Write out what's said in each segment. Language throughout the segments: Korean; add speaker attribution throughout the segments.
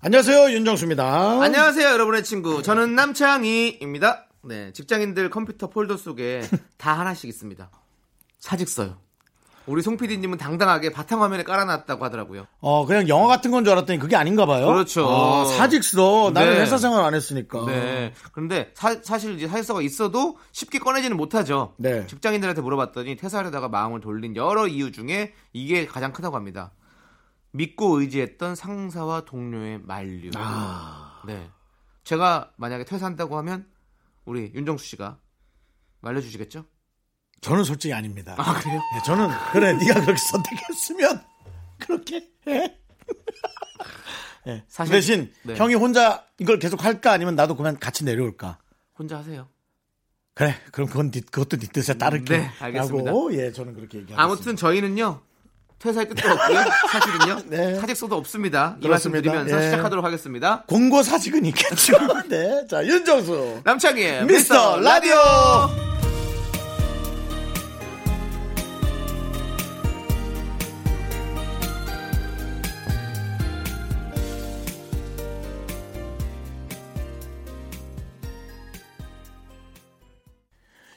Speaker 1: 안녕하세요 윤정수입니다.
Speaker 2: 안녕하세요, 여러분의 친구. 저는 남창희입니다. 네, 직장인들 컴퓨터 폴더 속에 다 하나씩 있습니다. 사직 써요. 우리 송 PD님은 당당하게 바탕화면에 깔아놨다고 하더라고요.
Speaker 1: 어 그냥 영화 같은 건 줄 알았더니 그게 아닌가 봐요.
Speaker 2: 그렇죠.
Speaker 1: 아, 사직서 나는
Speaker 2: 네.
Speaker 1: 회사 생활 안 했으니까.
Speaker 2: 네.
Speaker 1: 어.
Speaker 2: 그런데 사, 실 이제 사직서가 있어도 쉽게 꺼내지는 못하죠.
Speaker 1: 네.
Speaker 2: 직장인들한테 물어봤더니 퇴사하려다가 마음을 돌린 여러 이유 중에 이게 가장 크다고 합니다. 믿고 의지했던 상사와 동료의 만류.
Speaker 1: 아.
Speaker 2: 네. 제가 만약에 퇴사한다고 하면 우리 윤정수 씨가 말려주시겠죠?
Speaker 1: 저는 솔직히 아닙니다.
Speaker 2: 아 그래요?
Speaker 1: 네, 저는 그래 네가 그렇게 선택했으면 그렇게 해. 네,
Speaker 2: 사실-
Speaker 1: 대신
Speaker 2: 네.
Speaker 1: 형이 혼자 이걸 계속 할까 아니면 나도 그만 같이 내려올까.
Speaker 2: 혼자 하세요.
Speaker 1: 그래 그럼 그건 네- 그것도 네 뜻에 따를게.
Speaker 2: 네, 알겠습니다.
Speaker 1: 라고, 예 저는 그렇게 얘기합니다.
Speaker 2: 아무튼 저희는요 퇴사할 뜻도 없고요 사실은요
Speaker 1: 네.
Speaker 2: 사직서도 없습니다 이
Speaker 1: 그렇습니다.
Speaker 2: 말씀 드리면서
Speaker 1: 예.
Speaker 2: 시작하도록 하겠습니다
Speaker 1: 공고 사직은 있겠죠. 네, 자 윤정수
Speaker 2: 남창희의
Speaker 1: 미스터
Speaker 2: 미스터
Speaker 1: 라디오.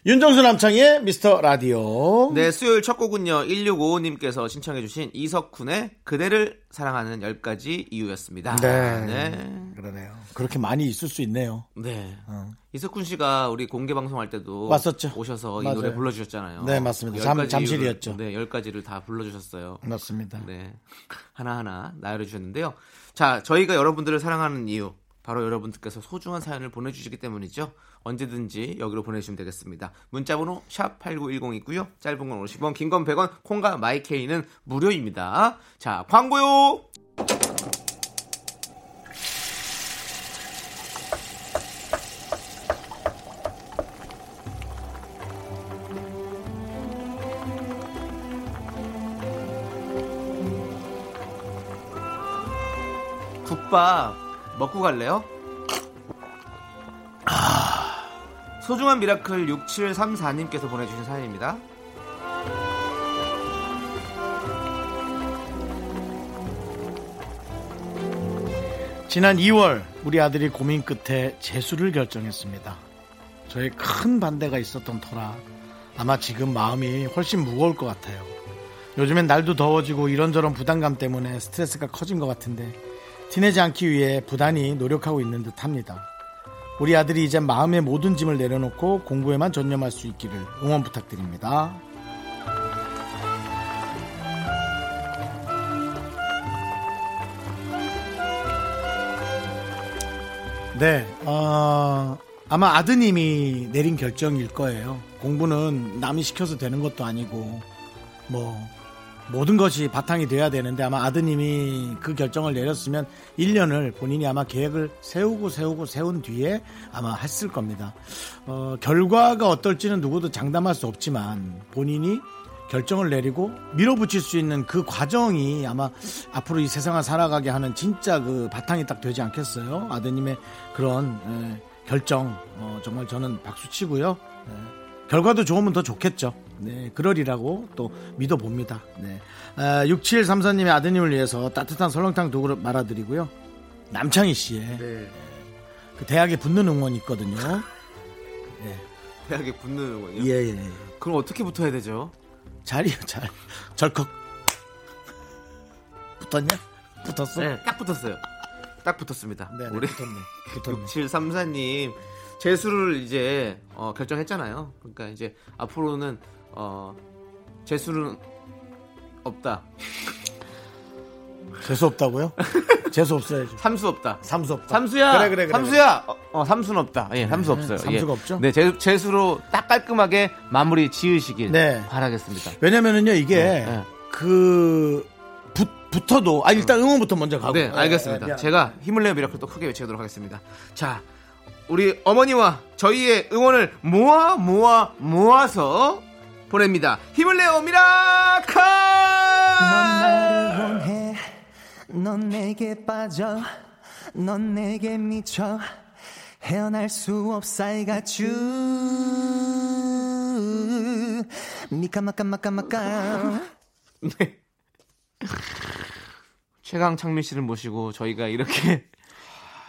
Speaker 1: 윤정수 남창희의 미스터 라디오.
Speaker 2: 네 수요일 첫 곡은요 1655님께서 신청해주신 이석훈의 그대를 사랑하는 10가지 이유였습니다
Speaker 1: 네.
Speaker 2: 네.
Speaker 1: 그러네요. 그렇게 많이 있을 수 있네요.
Speaker 2: 네. 이석훈 씨가 우리 공개 방송할 때도
Speaker 1: 어. 왔었죠.
Speaker 2: 오셔서
Speaker 1: 맞아요.
Speaker 2: 이 노래 불러주셨잖아요
Speaker 1: 네, 맞습니다.
Speaker 2: 열
Speaker 1: 잠-
Speaker 2: 가지
Speaker 1: 잠실이었죠.
Speaker 2: 이유를, 네 10가지를 다 불러주셨어요
Speaker 1: 맞습니다.
Speaker 2: 네. 하나하나 나열해 주셨는데요. 자, 저희가 여러분들을 사랑하는 이유. 바로 여러분들께서 소중한 사연을 보내주시기 때문이죠. 언제든지 여기로 보내주시면 되겠습니다. 문자번호 샵8910 있고요. 짧은 건 50원, 긴 건 100원, 콩과 마이케이는 무료입니다. 자, 광고요! 국밥 먹고 갈래요? 아, 소중한 미라클 6734님께서 보내주신 사연입니다.
Speaker 1: 지난 2월 우리 아들이 고민 끝에 재수를 결정했습니다. 저의 큰 반대가 있었던 터라 아마 지금 마음이 훨씬 무거울 것 같아요. 요즘엔 날도 더워지고 이런저런 부담감 때문에 스트레스가 커진 것 같은데 티내지 않기 위해 부단히 노력하고 있는 듯 합니다. 우리 아들이 이제 마음의 모든 짐을 내려놓고 공부에만 전념할 수 있기를 응원 부탁드립니다. 네, 어, 아마 아드님이 내린 결정일 거예요. 공부는 남이 시켜서 되는 것도 아니고, 뭐, 모든 것이 바탕이 돼야 되는데 아마 아드님이 그 결정을 내렸으면 1년을 본인이 아마 계획을 세우고 세우고 세운 뒤에 아마 했을 겁니다. 어, 결과가 어떨지는 누구도 장담할 수 없지만 본인이 결정을 내리고 밀어붙일 수 있는 그 과정이 아마 앞으로 이 세상을 살아가게 하는 진짜 그 바탕이 딱 되지 않겠어요? 아드님의 그런 에, 결정 어, 정말 저는 박수 치고요. 에. 결과도 좋으면 더 좋겠죠. 네, 그러리라고 또 믿어봅니다. 네. 6734님의 아드님을 위해서 따뜻한 설렁탕 두 그릇 말아드리고요. 남창희 씨의 그 대학에 붙는 응원이 있거든요.
Speaker 2: 대학에 붙는 거예요.
Speaker 1: 예, 예.
Speaker 2: 그럼 어떻게 붙어야 되죠?
Speaker 1: 잘이요, 잘. 절컥. 붙었냐? 붙었어?
Speaker 2: 네, 딱 붙었어요. 딱 붙었습니다.
Speaker 1: 네,
Speaker 2: 우리
Speaker 1: 붙었네. 붙었네.
Speaker 2: 6734님 재수를 이제 어, 결정했잖아요. 그러니까 이제 앞으로는 어, 재수는 없다,
Speaker 1: 재수 없다고요? 재수 없어야죠.
Speaker 2: 삼수 없다.
Speaker 1: 삼수 없다.
Speaker 2: 삼수야,
Speaker 1: 그래, 그래, 그래.
Speaker 2: 삼수야. 어, 어, 삼수는 없다. 예, 삼수
Speaker 1: 네,
Speaker 2: 없어요.
Speaker 1: 삼수가
Speaker 2: 예.
Speaker 1: 없죠?
Speaker 2: 네, 재, 재수로 딱 깔끔하게 마무리 지으시길
Speaker 1: 네.
Speaker 2: 바라겠습니다.
Speaker 1: 왜냐면은요 이게
Speaker 2: 네.
Speaker 1: 그 붙, 붙어도 아 일단 응원부터 먼저 가고.
Speaker 2: 네, 알겠습니다.
Speaker 3: 아,
Speaker 2: 제가 힘을 내어 미라클 또 크게 외치도록 하겠습니다. 자, 우리 어머니와 저희의 응원을 모아 모아 모아서 보냅니다. 힘을 내어 미라클!
Speaker 3: 원해 넌 내게 빠져 넌 내게 미쳐 헤어날 수 없어 I got you 미카마카마카마카
Speaker 2: 네. 최강 창민 씨를 모시고 저희가 이렇게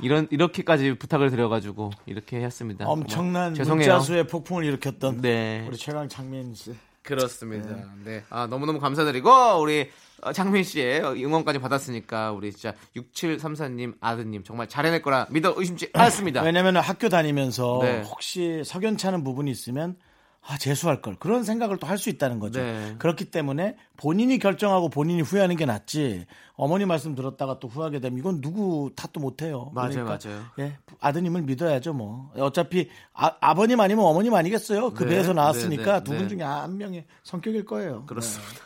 Speaker 2: 이런 이렇게까지 부탁을 드려가지고 이렇게 했습니다. 정말
Speaker 1: 엄청난
Speaker 2: 죄송해요.
Speaker 1: 문자수의 폭풍을 일으켰던
Speaker 2: 네.
Speaker 1: 우리 최강 창민 씨.
Speaker 2: 그렇습니다. 네. 아, 너무너무 감사드리고, 우리 어, 장민 씨의 응원까지 받았으니까, 우리 진짜 6734님 아드님 정말 잘해낼 거라 믿어 의심치 않습니다.
Speaker 1: 왜냐면 학교 다니면서
Speaker 2: 네.
Speaker 1: 혹시 석연찮은 부분이 있으면 아 재수할 걸 그런 생각을 또 할 수 있다는 거죠.
Speaker 2: 네.
Speaker 1: 그렇기 때문에 본인이 결정하고 본인이 후회하는 게 낫지 어머니 말씀 들었다가 또 후회하게 되면 이건 누구 탓도 못 해요.
Speaker 2: 맞아요, 맞아요.
Speaker 1: 예, 아드님을 믿어야죠 뭐. 어차피 아, 아버님 아니면 어머님 아니겠어요. 그
Speaker 2: 네,
Speaker 1: 배에서 나왔으니까
Speaker 2: 네, 네,
Speaker 1: 두 분
Speaker 2: 네.
Speaker 1: 중에 한 명의 성격일 거예요.
Speaker 2: 그렇습니다. 네.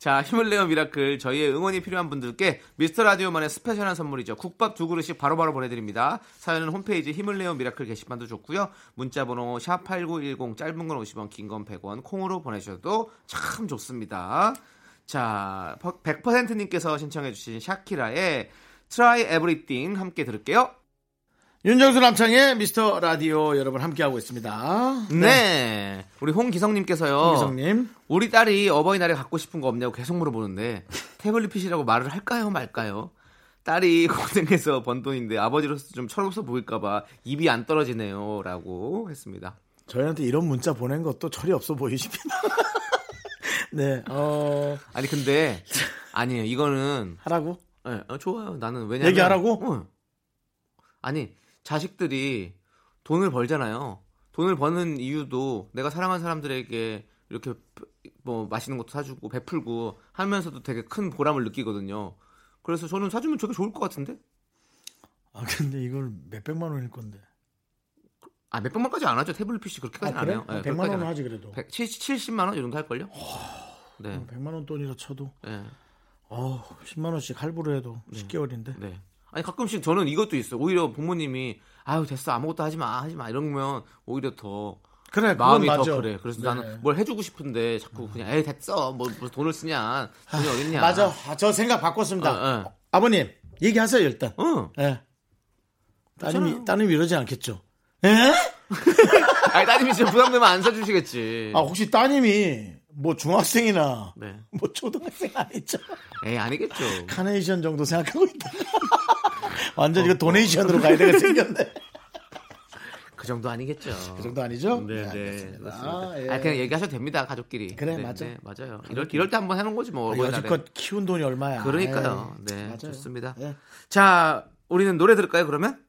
Speaker 2: 자, 힘을 내어 미라클 저희의 응원이 필요한 분들께 미스터 라디오만의 스페셜한 선물이죠. 국밥 두 그릇씩 바로바로 보내드립니다. 사연은 홈페이지 힘을 내어 미라클 게시판도 좋고요. 문자번호 샵 #8910 짧은 건 50원, 긴 건 100원 콩으로 보내주셔도 참 좋습니다. 자, 100%님께서 신청해주신 샤키라의 Try Everything 함께 들을게요.
Speaker 1: 네. 윤정수 남창의 미스터 라디오 여러분 함께하고 있습니다. 네,
Speaker 2: 네, 우리 홍기성님께서요.
Speaker 1: 이성님.
Speaker 2: 우리 딸이 어버이날에 갖고 싶은 거 없냐고 계속 물어보는데 태블릿 PC라고 말을 할까요 말까요? 딸이 고생해서 번 돈인데 아버지로서 좀 철없어 보일까봐 입이 안 떨어지네요라고 했습니다.
Speaker 1: 저희한테 이런 문자 보낸 것도 철이 없어 보이십니다. 네, 어,
Speaker 2: 아니 근데 아니에요 이거는
Speaker 1: 하라고?
Speaker 2: 예, 어, 좋아요 나는 왜냐
Speaker 1: 얘기하라고?
Speaker 2: 아니 자식들이 돈을 벌잖아요. 돈을 버는 이유도 내가 사랑하는 사람들에게 이렇게 뭐 맛있는 것도 사주고 베풀고 하면서도 되게 큰 보람을 느끼거든요. 그래서 저는 사주면 저게 좋을 것 같은데?
Speaker 1: 아, 근데 이걸 몇백만 원일 건데.
Speaker 2: 아, 몇 백만까지 안 하죠. 태블릿 PC 그렇게까지
Speaker 1: 아,
Speaker 2: 안
Speaker 1: 그래?
Speaker 2: 해요. 예,
Speaker 1: 100만
Speaker 2: 그렇게까지 안
Speaker 1: 원 어.
Speaker 2: 해요.
Speaker 1: 하지, 그래도.
Speaker 2: 100, 70, 만원 이 정도 할걸요? 네.
Speaker 1: 100만 원 돈이라 쳐도.
Speaker 2: 네.
Speaker 1: 어, 10만 원씩 할부로 해도 10개월인데.
Speaker 2: 네. 아니 가끔씩 저는 이것도 있어요. 오히려 부모님이 아유 됐어 아무것도 하지 마 하지 마 이러면 오히려 더
Speaker 1: 그래,
Speaker 2: 마음이
Speaker 1: 그건
Speaker 2: 더
Speaker 1: 맞아.
Speaker 2: 그래. 그래서
Speaker 1: 네.
Speaker 2: 나는 뭘 해주고 싶은데 자꾸 그냥 에이 됐어 뭐 무슨 돈을 쓰냐 돈이 어딨냐.
Speaker 1: 맞아. 아, 저 생각 바꿨습니다.
Speaker 2: 어, 어.
Speaker 1: 아버님, 얘기하세요, 일단.
Speaker 2: 응.
Speaker 1: 예. 따님이,
Speaker 2: 괜찮아요. 네.
Speaker 1: 따님이 이러지 않겠죠? 예?
Speaker 2: 아니 따님이 진짜 부담되면 안 사주시겠지.
Speaker 1: 아, 혹시 따님이 뭐 중학생이나
Speaker 2: 네.
Speaker 1: 뭐 초등학생 아니죠?
Speaker 2: 에이 아니겠죠.
Speaker 1: 카네이션 정도 생각하고 있다. 완전 이거 도네이션으로 가야 되게 생겼네.
Speaker 2: 그 정도 아니겠죠.
Speaker 1: 그 정도 아니죠?
Speaker 2: 네, 네.
Speaker 1: 알겠습니다.
Speaker 2: 그렇습니다.
Speaker 1: 아, 예.
Speaker 2: 아, 그냥 얘기하셔도 됩니다, 가족끼리.
Speaker 1: 그래,
Speaker 2: 네,
Speaker 1: 맞아.
Speaker 2: 네, 맞아요. 이럴, 이럴 때 한번 해놓은 거지, 뭐.
Speaker 1: 아,
Speaker 2: 어버이날에.
Speaker 1: 여지껏 키운 돈이 얼마야?
Speaker 2: 그러니까요.
Speaker 1: 에이,
Speaker 2: 네,
Speaker 1: 맞아요.
Speaker 2: 좋습니다.
Speaker 1: 예.
Speaker 2: 자, 우리는 노래 들을까요, 그러면?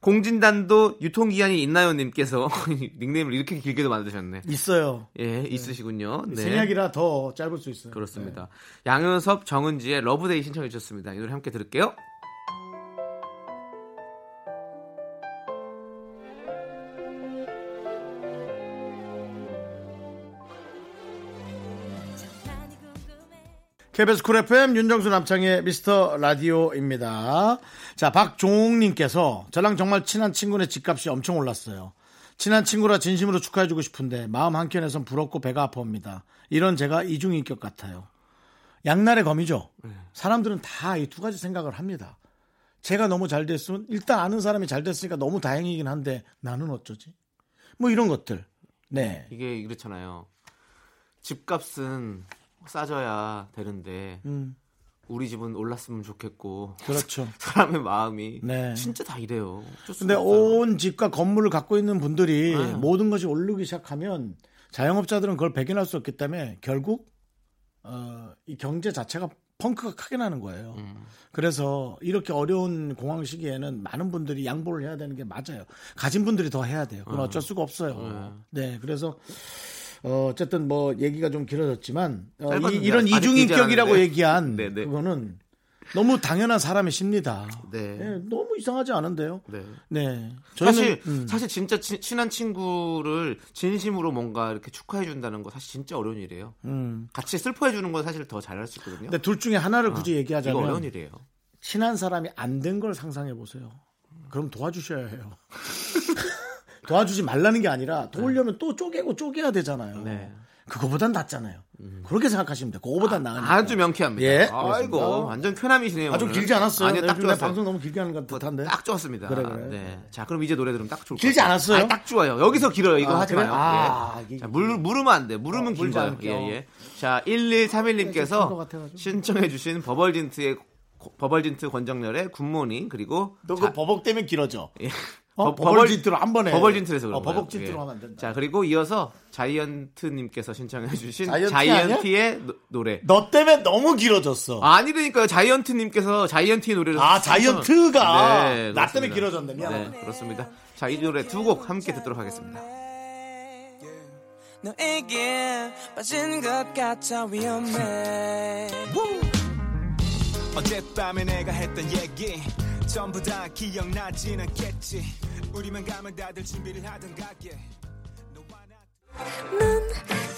Speaker 2: 공진단도 유통기한이 있나요? 님께서 닉네임을 이렇게 길게도 만드셨네.
Speaker 1: 있어요.
Speaker 2: 예, 있으시군요. 네.
Speaker 1: 생략이라 더 짧을 수 있어요.
Speaker 2: 그렇습니다. 양현섭, 정은지의 러브데이 신청해 주셨습니다. 이 노래 함께 들을게요.
Speaker 1: KBS 쿨 FM 윤정수 남창의 미스터 라디오입니다. 자, 박종욱님께서 저랑 정말 친한 친구네 집값이 엄청 올랐어요. 친한 친구라 진심으로 축하해주고 싶은데 마음 한켠에선 부럽고 배가 아파옵니다. 이런 제가 이중인격 같아요. 양날의 검이죠. 사람들은 다 이 두 가지 생각을 합니다. 제가 너무 잘 됐으면 일단 아는 사람이 잘 됐으니까 너무 다행이긴 한데 나는 어쩌지? 뭐 이런 것들. 네.
Speaker 2: 이게 이렇잖아요. 집값은 싸져야 되는데,
Speaker 1: 음,
Speaker 2: 우리 집은 올랐으면 좋겠고,
Speaker 1: 그렇죠.
Speaker 2: 사람의 마음이
Speaker 1: 네.
Speaker 2: 진짜 다 이래요. 어쩔 수가
Speaker 1: 근데
Speaker 2: 없어요.
Speaker 1: 온 집과 건물을 갖고 있는 분들이
Speaker 2: 아.
Speaker 1: 모든 것이 오르기 시작하면 자영업자들은 그걸 배견할 수 없기 때문에 결국 어, 이 경제 자체가 펑크가 크게 나는 거예요.
Speaker 2: 음.
Speaker 1: 그래서 이렇게 어려운 공황 시기에는 많은 분들이 양보를 해야 되는 게 맞아요. 가진 분들이 더 해야 돼요. 그건 어쩔 수가 없어요. 네, 그래서 어, 쨌든뭐 얘기가 좀 길어졌지만 어, 이,
Speaker 2: 짧았는데
Speaker 1: 이런
Speaker 2: 아직
Speaker 1: 이중인격이라고
Speaker 2: 길지 않은데.
Speaker 1: 얘기한
Speaker 2: 네, 네.
Speaker 1: 그거는 너무 당연한 사람의 심리다.
Speaker 2: 네.
Speaker 1: 예, 너무 이상하지 않은데요.
Speaker 2: 네.
Speaker 1: 네. 저희는,
Speaker 2: 사실
Speaker 1: 음,
Speaker 2: 사실 진짜 친- 친한 친구를 진심으로 뭔가 이렇게 축하해 준다는 거 사실 진짜 어려운 일이에요.
Speaker 1: 음.
Speaker 2: 같이 슬퍼해 주는 건 사실 더 잘할 수 있거든요.
Speaker 1: 근데 둘 중에 하나를 굳이
Speaker 2: 아, 이거 어려운
Speaker 1: 얘기하자면
Speaker 2: 일이에요.
Speaker 1: 친한 사람이 안 된 걸 상상해 보세요. 그럼 도와주셔야 해요. 도와주지 말라는 게 아니라 도우려면 또 쪼개고 쪼개야 되잖아요.
Speaker 2: 네. 음.
Speaker 1: 그거보단 낫잖아요. 그렇게 생각하시면 돼요. 그거보단 나으니까.
Speaker 2: 아주 명쾌합니다.
Speaker 1: 예,
Speaker 2: 아이고
Speaker 1: 그렇습니다.
Speaker 2: 완전 쾌남이시네요.
Speaker 1: 아주
Speaker 2: 오늘.
Speaker 1: 길지 않았어요.
Speaker 2: 아니요, 딱
Speaker 1: 내
Speaker 2: 좋았어요. 뭐
Speaker 1: 방송 너무 길게 하는 것 같은데.
Speaker 2: 딱 좋았습니다.
Speaker 1: 그래, 그래.
Speaker 2: 네. 자, 그럼 이제 노래 들으면 딱 좋을 것
Speaker 1: 길지
Speaker 2: 같아요.
Speaker 1: 않았어요?
Speaker 2: 아니, 딱 좋아요. 여기서 길어요. 이거
Speaker 1: 아,
Speaker 2: 하지
Speaker 1: 그래?
Speaker 2: 마요.
Speaker 1: 아,
Speaker 2: 예.
Speaker 1: 이게-
Speaker 2: 자, 물, 물으면 안 돼. 물으면
Speaker 1: 어, 물지
Speaker 2: 길어요. 예,
Speaker 1: 않을게요.
Speaker 2: 예. 자,
Speaker 1: 좀 큰것
Speaker 2: 1131님께서
Speaker 1: 같아가지고.
Speaker 2: 신청해주신 버벌진트의 고- 버벌진트 권정렬의 굿모닝 그리고
Speaker 1: 너
Speaker 2: 자-
Speaker 1: 그거 버벅대면 길어져.
Speaker 2: 예.
Speaker 1: 어?
Speaker 2: 버- 버벌-
Speaker 1: 버벌진트로 한 번에.
Speaker 2: 버벌진트에서 그런
Speaker 1: 어,
Speaker 2: 거예요.
Speaker 1: 버벅진트로
Speaker 2: 예.
Speaker 1: 하면 안 된다.
Speaker 2: 자 그리고 이어서 자이언트님께서 신청해주신
Speaker 1: 자이언티
Speaker 2: 자이언티의 노- 노래.
Speaker 1: 너 때문에 너무 길어졌어. 아,
Speaker 2: 아니라니까요. 자이언트님께서 자이언티의 노래를
Speaker 1: 자이언트가
Speaker 2: 네,
Speaker 1: 나 때문에
Speaker 2: 그렇습니다.
Speaker 1: 길어졌네. 미안.
Speaker 2: 네, 그렇습니다. 자, 이 노래 두 곡 함께 듣도록 하겠습니다.
Speaker 4: 너에게 빠진 것 같아 위험해
Speaker 5: 어젯밤에 내가 했던 얘기 전부 다 기억나진 않겠지 우리만 가면 다들 준비를 하던 가게 너와 나
Speaker 6: 넌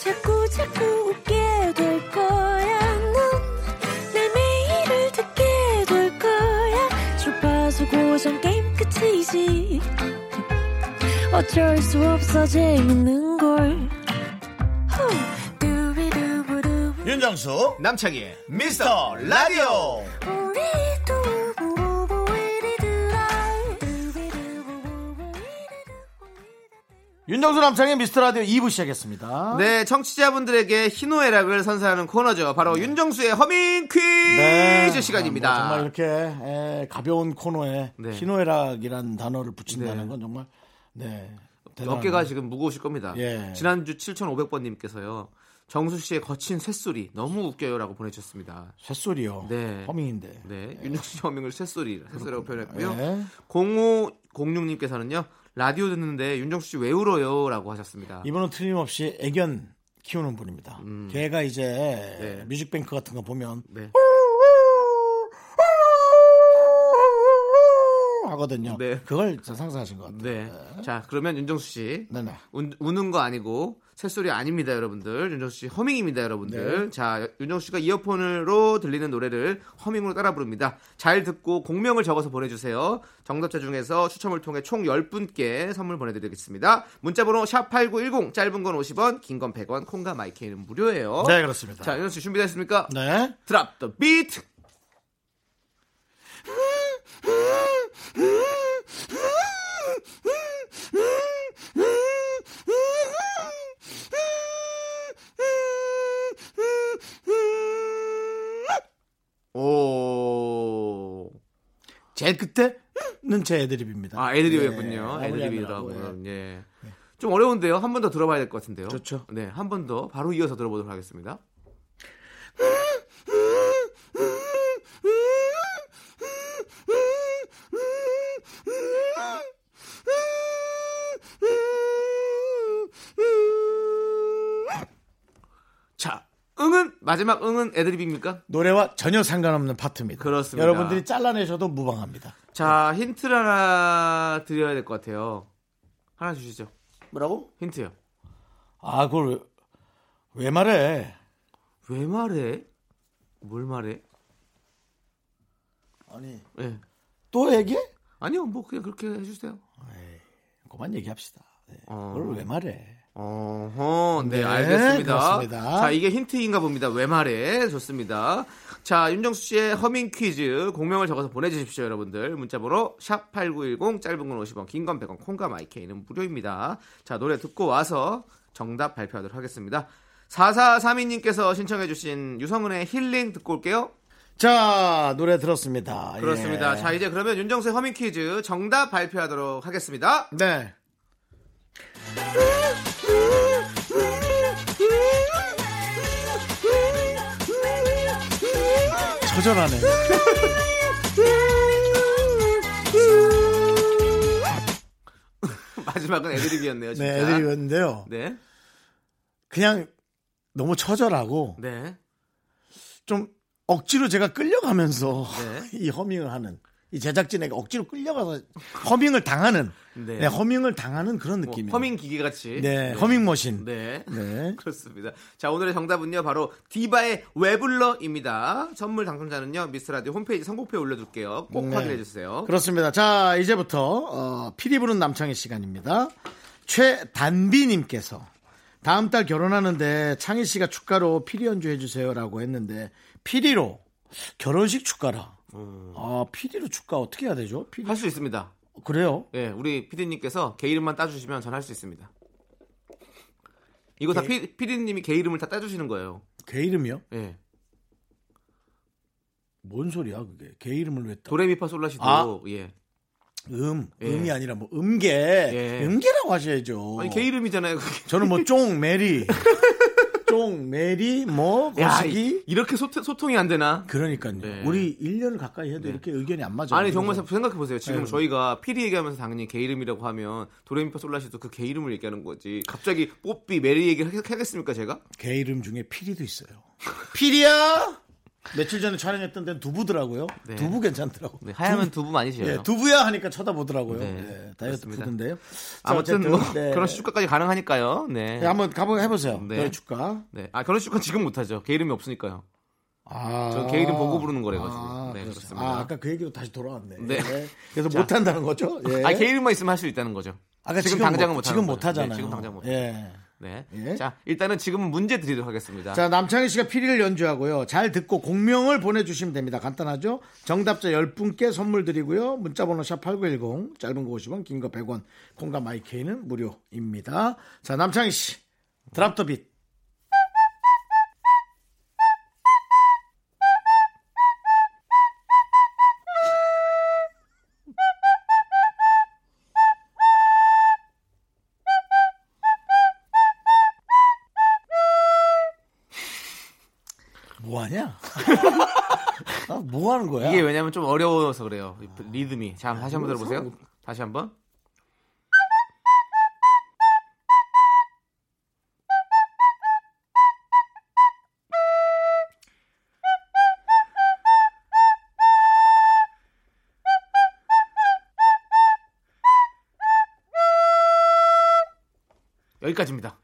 Speaker 6: 자꾸 자꾸 웃게 될 거야. 넌내 매일을 듣게 될 거야. 주파수 고정 게임 끝이지. 어쩔 수 없어 재밌는 걸. 후. 두비두부두.
Speaker 1: 윤정수
Speaker 2: 남창희의
Speaker 1: 미스터 라디오.
Speaker 6: 우리 두부부부 우리들아. 두비두부부부 우리들아.
Speaker 1: 윤정수 남창의 미스터 라디오 2부 시작했습니다.
Speaker 2: 네, 청취자분들에게 희노애락을 선사하는 코너죠. 바로 윤정수의 허밍 퀴즈
Speaker 1: 네.
Speaker 2: 시간입니다.
Speaker 1: 아, 뭐 정말 이렇게 에, 가벼운 코너에
Speaker 2: 네.
Speaker 1: 희노애락이라는 단어를 붙인다는
Speaker 2: 네.
Speaker 1: 건 정말 네. 대단합니다.
Speaker 2: 어깨가 지금 무거우실 겁니다.
Speaker 1: 예.
Speaker 2: 지난주 7,500번님께서요. 정수 씨의 거친 쇳소리 너무 웃겨요라고 보내주셨습니다.
Speaker 1: 쇳소리요.
Speaker 2: 네.
Speaker 1: 허밍인데.
Speaker 2: 네, 윤정수 씨 허밍을 쇳소리, 쇳소리라고 표현했고요.
Speaker 1: 네.
Speaker 2: 0506님께서는요. 라디오 듣는데 윤정수 씨 왜 울어요? 라고 하셨습니다.
Speaker 1: 이분은 틀림없이 애견 키우는 분입니다.
Speaker 2: 음.
Speaker 1: 걔가 이제 뮤직뱅크 같은 거 보면
Speaker 2: 네.
Speaker 1: 하거든요.
Speaker 2: 네.
Speaker 1: 그걸 진짜 상상하신 것 같아요.
Speaker 2: 네. 자, 그러면 윤정수 씨.
Speaker 1: 네네.
Speaker 2: 운- 우는 거 아니고 새소리 아닙니다, 여러분들. 윤정수 씨 허밍입니다, 여러분들. 자, 윤정수 씨가 이어폰으로 들리는 노래를 허밍으로 따라 부릅니다. 잘 듣고 공명을 적어서 보내주세요. 정답자 중에서 추첨을 통해 총 10분께 선물 보내드리겠습니다. 문자번호 샵8910, 짧은 건 50원, 긴 건 100원, 콩과 마이크는 무료예요.
Speaker 1: 네, 그렇습니다.
Speaker 2: 어? 자, 윤정수 씨 준비됐습니까?
Speaker 1: 네.
Speaker 2: 드랍 더 비트! 오.
Speaker 1: 제일 그때는 제 애드립입니다.
Speaker 2: 아, 애드립이었군요.
Speaker 1: 네,
Speaker 2: 애드립이라고요.
Speaker 1: 하느라고,
Speaker 2: 예. 좀 어려운데요. 한 번 더 들어봐야 될 것 같은데요.
Speaker 1: 좋죠.
Speaker 2: 네, 한 번 더 바로 이어서 들어보도록 하겠습니다. 자, 응은 마지막 응은 애드립입니까?
Speaker 1: 노래와 전혀 상관없는 파트입니다.
Speaker 2: 그렇습니다.
Speaker 1: 여러분들이 잘라내셔도 무방합니다.
Speaker 2: 자, 힌트를 하나 드려야 될 것 같아요. 하나 주시죠.
Speaker 1: 뭐라고?
Speaker 2: 힌트요.
Speaker 1: 아, 그걸 왜, 왜 말해?
Speaker 2: 왜 말해? 뭘 말해?
Speaker 1: 아니,
Speaker 2: 예.
Speaker 1: 또 얘기해?
Speaker 2: 아니요, 뭐 그냥 그렇게 해주세요.
Speaker 1: 그만 얘기합시다. 네.
Speaker 2: 어.
Speaker 1: 그걸 왜 말해?
Speaker 2: 어허, 네,
Speaker 1: 네,
Speaker 2: 알겠습니다.
Speaker 1: 그렇습니다.
Speaker 2: 자, 이게 힌트인가 봅니다. 왜 말해? 좋습니다. 자, 윤정수 씨의 허밍 퀴즈 공명을 적어서 보내주십시오, 여러분들. 문자번호 샵 #8910 짧은 건 50원, 긴 건 100원, 콩과 마이케이는 무료입니다. 자, 노래 듣고 와서 정답 발표하도록 하겠습니다. 4432님께서 신청해주신 유성은의 힐링 듣고 올게요.
Speaker 1: 자, 노래 들었습니다.
Speaker 2: 그렇습니다.
Speaker 1: 예.
Speaker 2: 자, 이제 그러면 윤정수의 허밍 퀴즈 정답 발표하도록 하겠습니다.
Speaker 1: 네. 처절하네.
Speaker 2: 마지막은 애드립이었네요, 진짜.
Speaker 1: 네, 애들이었는데요.
Speaker 2: 네.
Speaker 1: 그냥 너무 처절하고
Speaker 2: 네.
Speaker 1: 좀 억지로 제가 끌려가면서
Speaker 2: 네.
Speaker 1: 이 허밍을 하는 이 제작진에게 억지로 끌려가서 허밍을 당하는
Speaker 2: 네.
Speaker 1: 네, 허밍을 당하는 그런
Speaker 2: 뭐
Speaker 1: 느낌이에요.
Speaker 2: 허밍 기계 같이.
Speaker 1: 네, 허밍 머신.
Speaker 2: 네.
Speaker 1: 네.
Speaker 2: 그렇습니다. 자, 오늘의 정답은요. 바로 디바의 웨블러입니다. 선물 당첨자는요. 미스라디오 홈페이지 선곡표에 올려둘게요. 꼭
Speaker 1: 네.
Speaker 2: 확인해 주세요.
Speaker 1: 그렇습니다. 자, 이제부터 어, 피리 부는 남창의 시간입니다. 최단비님께서 다음 달 결혼하는데 창희 씨가 축가로 피리 연주해 주세요라고 했는데 피리로 결혼식 축가라.
Speaker 2: 음.
Speaker 1: 아, 피리로 축가 어떻게 해야 되죠? 피리?
Speaker 2: 할 수 있습니다.
Speaker 1: 그래요?
Speaker 2: 예, 우리 피디님께서 개 이름만 따주시면 전 할 수 있습니다. 이거 다 피, 피디님이 개 이름을 다 따주시는 거예요.
Speaker 1: 개 이름이요?
Speaker 2: 예.
Speaker 1: 뭔 소리야 그게? 개 이름을 왜 따?
Speaker 2: 도레미파 솔라시도
Speaker 1: 아.
Speaker 2: 예.
Speaker 1: 음,
Speaker 2: 예.
Speaker 1: 음이 아니라 뭐 음계,
Speaker 2: 예.
Speaker 1: 음계라고 하셔야죠.
Speaker 2: 아니 개 이름이잖아요. 그게.
Speaker 1: 저는 뭐 쫑 메리, 쫑 메리 뭐
Speaker 2: 야,
Speaker 1: 거시기
Speaker 2: 이- 이렇게 소통, 소통이 안 되나?
Speaker 1: 그러니까요.
Speaker 2: 네.
Speaker 1: 우리 1년 가까이 해도
Speaker 2: 네.
Speaker 1: 이렇게 의견이 안 맞아요.
Speaker 2: 아니 정말
Speaker 1: 그래서
Speaker 2: 생각해 보세요. 지금
Speaker 1: 네.
Speaker 2: 저희가 피리 얘기하면서 당연히 개 이름이라고 하면 도레미파 솔라시도 그 개 이름을 얘기하는 거지. 갑자기 뽀삐 메리 얘기를 하- 하겠습니까 제가?
Speaker 1: 개 이름 중에 피리도 있어요. 피리야! 며칠 전에 촬영했던 데는 두부더라고요.
Speaker 2: 네.
Speaker 1: 두부 괜찮더라고.
Speaker 2: 네, 하얀
Speaker 1: 두-
Speaker 2: 두부 많이 지어요.
Speaker 1: 예, 두부야 하니까 쳐다보더라고요.
Speaker 2: 네,
Speaker 1: 예, 다이어트
Speaker 2: 그렇습니다.
Speaker 1: 푸드인데요.
Speaker 2: 아무튼 뭐
Speaker 1: 런
Speaker 2: 결혼식 축가까지 가능하니까요. 네.
Speaker 1: 네, 한번 가보 해보세요.
Speaker 2: 네.
Speaker 1: 결혼 축가.
Speaker 2: 네. 아 결혼식 축가 지금 못하죠. 개 이름이 없으니까요.
Speaker 1: 아.
Speaker 2: 저개 이름 보고 부르는 거래가지고.
Speaker 1: 아,
Speaker 2: 네,
Speaker 1: 그렇죠.
Speaker 2: 그렇습니다.
Speaker 1: 아, 아까 그 얘기로 다시 돌아왔네.
Speaker 2: 네.
Speaker 1: 예. 그래서
Speaker 2: 자.
Speaker 1: 못한다는 거죠? 예.
Speaker 2: 아, 개 이름만 있으면 할 수 있다는 거죠.
Speaker 1: 아까
Speaker 2: 지금 당장은
Speaker 1: 못-
Speaker 2: 못하는
Speaker 1: 지금
Speaker 2: 거죠.
Speaker 1: 못 하잖아요.
Speaker 2: 네, 지금 당장 못
Speaker 1: 예.
Speaker 2: 네.
Speaker 1: 예.
Speaker 2: 자, 일단은 지금은 문제 드리도록 하겠습니다.
Speaker 1: 자, 남창희 씨가 피리를 연주하고요. 잘 듣고 공명을 보내주시면 됩니다. 간단하죠? 정답자 10분께 선물 드리고요. 문자번호 샵8910, 짧은 거 50원, 긴 거 100원, 콩과 마이케이는 무료입니다. 자, 남창희 씨, 드랍 더 빛. 뭐 하냐? 아, 뭐 하는 거야?
Speaker 2: 이게 왜냐면 좀 어려워서 그래요. 이 리듬이. 자, 다시 한번 들어보세요. 다시 한번. 여기까지입니다.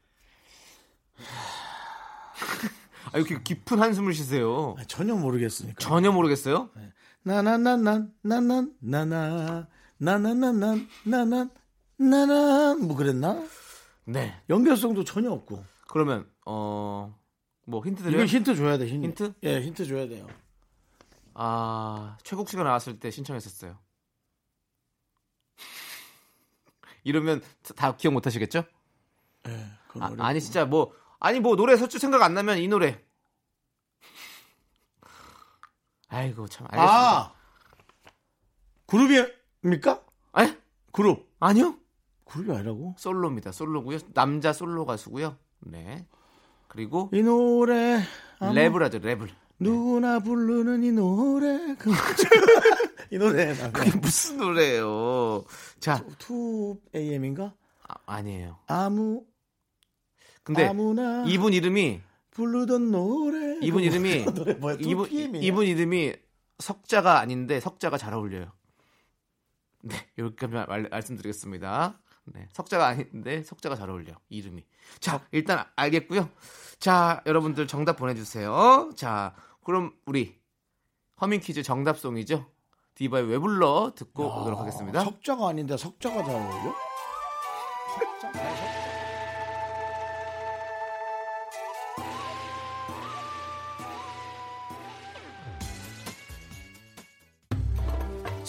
Speaker 2: 아, 이렇게 깊은 한숨을 쉬세요.
Speaker 1: 아, 전혀 모르겠으니까.
Speaker 2: 전혀 모르겠어요.
Speaker 1: 나나나난 나난 나나 나나나난 나난 나난 뭐 그랬나?
Speaker 2: 네.
Speaker 1: 연결성도 전혀 없고.
Speaker 2: 그러면 어 뭐 힌트
Speaker 1: 이거
Speaker 2: 드려요?
Speaker 1: 힌트 줘야 돼. 힌트.
Speaker 2: 힌트?
Speaker 1: 예, 힌트 줘야 돼요.
Speaker 2: 아 최국 씨가 나왔을 때 신청했었어요. 이러면 다 기억 못 하시겠죠?
Speaker 1: 예, 그건
Speaker 2: 아,
Speaker 1: 어렵고.
Speaker 2: 아니 진짜 뭐 아니 뭐 노래 솔직히 생각 안 나면 이 노래. 아이고 참 알겠습니다.
Speaker 1: 아 그룹이입니까?
Speaker 2: 아,
Speaker 1: 그룹
Speaker 2: 아니요
Speaker 1: 그룹이 아니라고?
Speaker 2: 솔로입니다. 솔로고요 남자 솔로 가수고요. 네 그리고
Speaker 1: 이 노래 아마
Speaker 2: 랩을 하죠 랩을.
Speaker 1: 네. 누나 부르는 이 노래 그- 이 노래
Speaker 2: 이게 무슨 노래예요? 자
Speaker 1: 2 AM인가?
Speaker 2: 아, 니에요
Speaker 1: 아무
Speaker 2: 근데
Speaker 1: 아무나
Speaker 2: 이분 이름이
Speaker 1: 부르던 노래
Speaker 2: 이분 이름이
Speaker 1: 그 노래 뭐야?
Speaker 2: 이분,
Speaker 1: 2PM이냐?
Speaker 2: 이분 이름이 석자가 아닌데 석자가 잘 어울려요. 네, 여기까지만 말, 말씀드리겠습니다. 네, 석자가 아닌데 석자가 잘 어울려 이름이. 자, 일단 알겠고요. 자, 여러분들 정답 보내주세요. 자, 그럼 우리 허밍 퀴즈 정답송이죠. 디바의 왜 불러 듣고 오도록 하겠습니다.
Speaker 1: 석자가 아닌데 석자가 잘 어울려?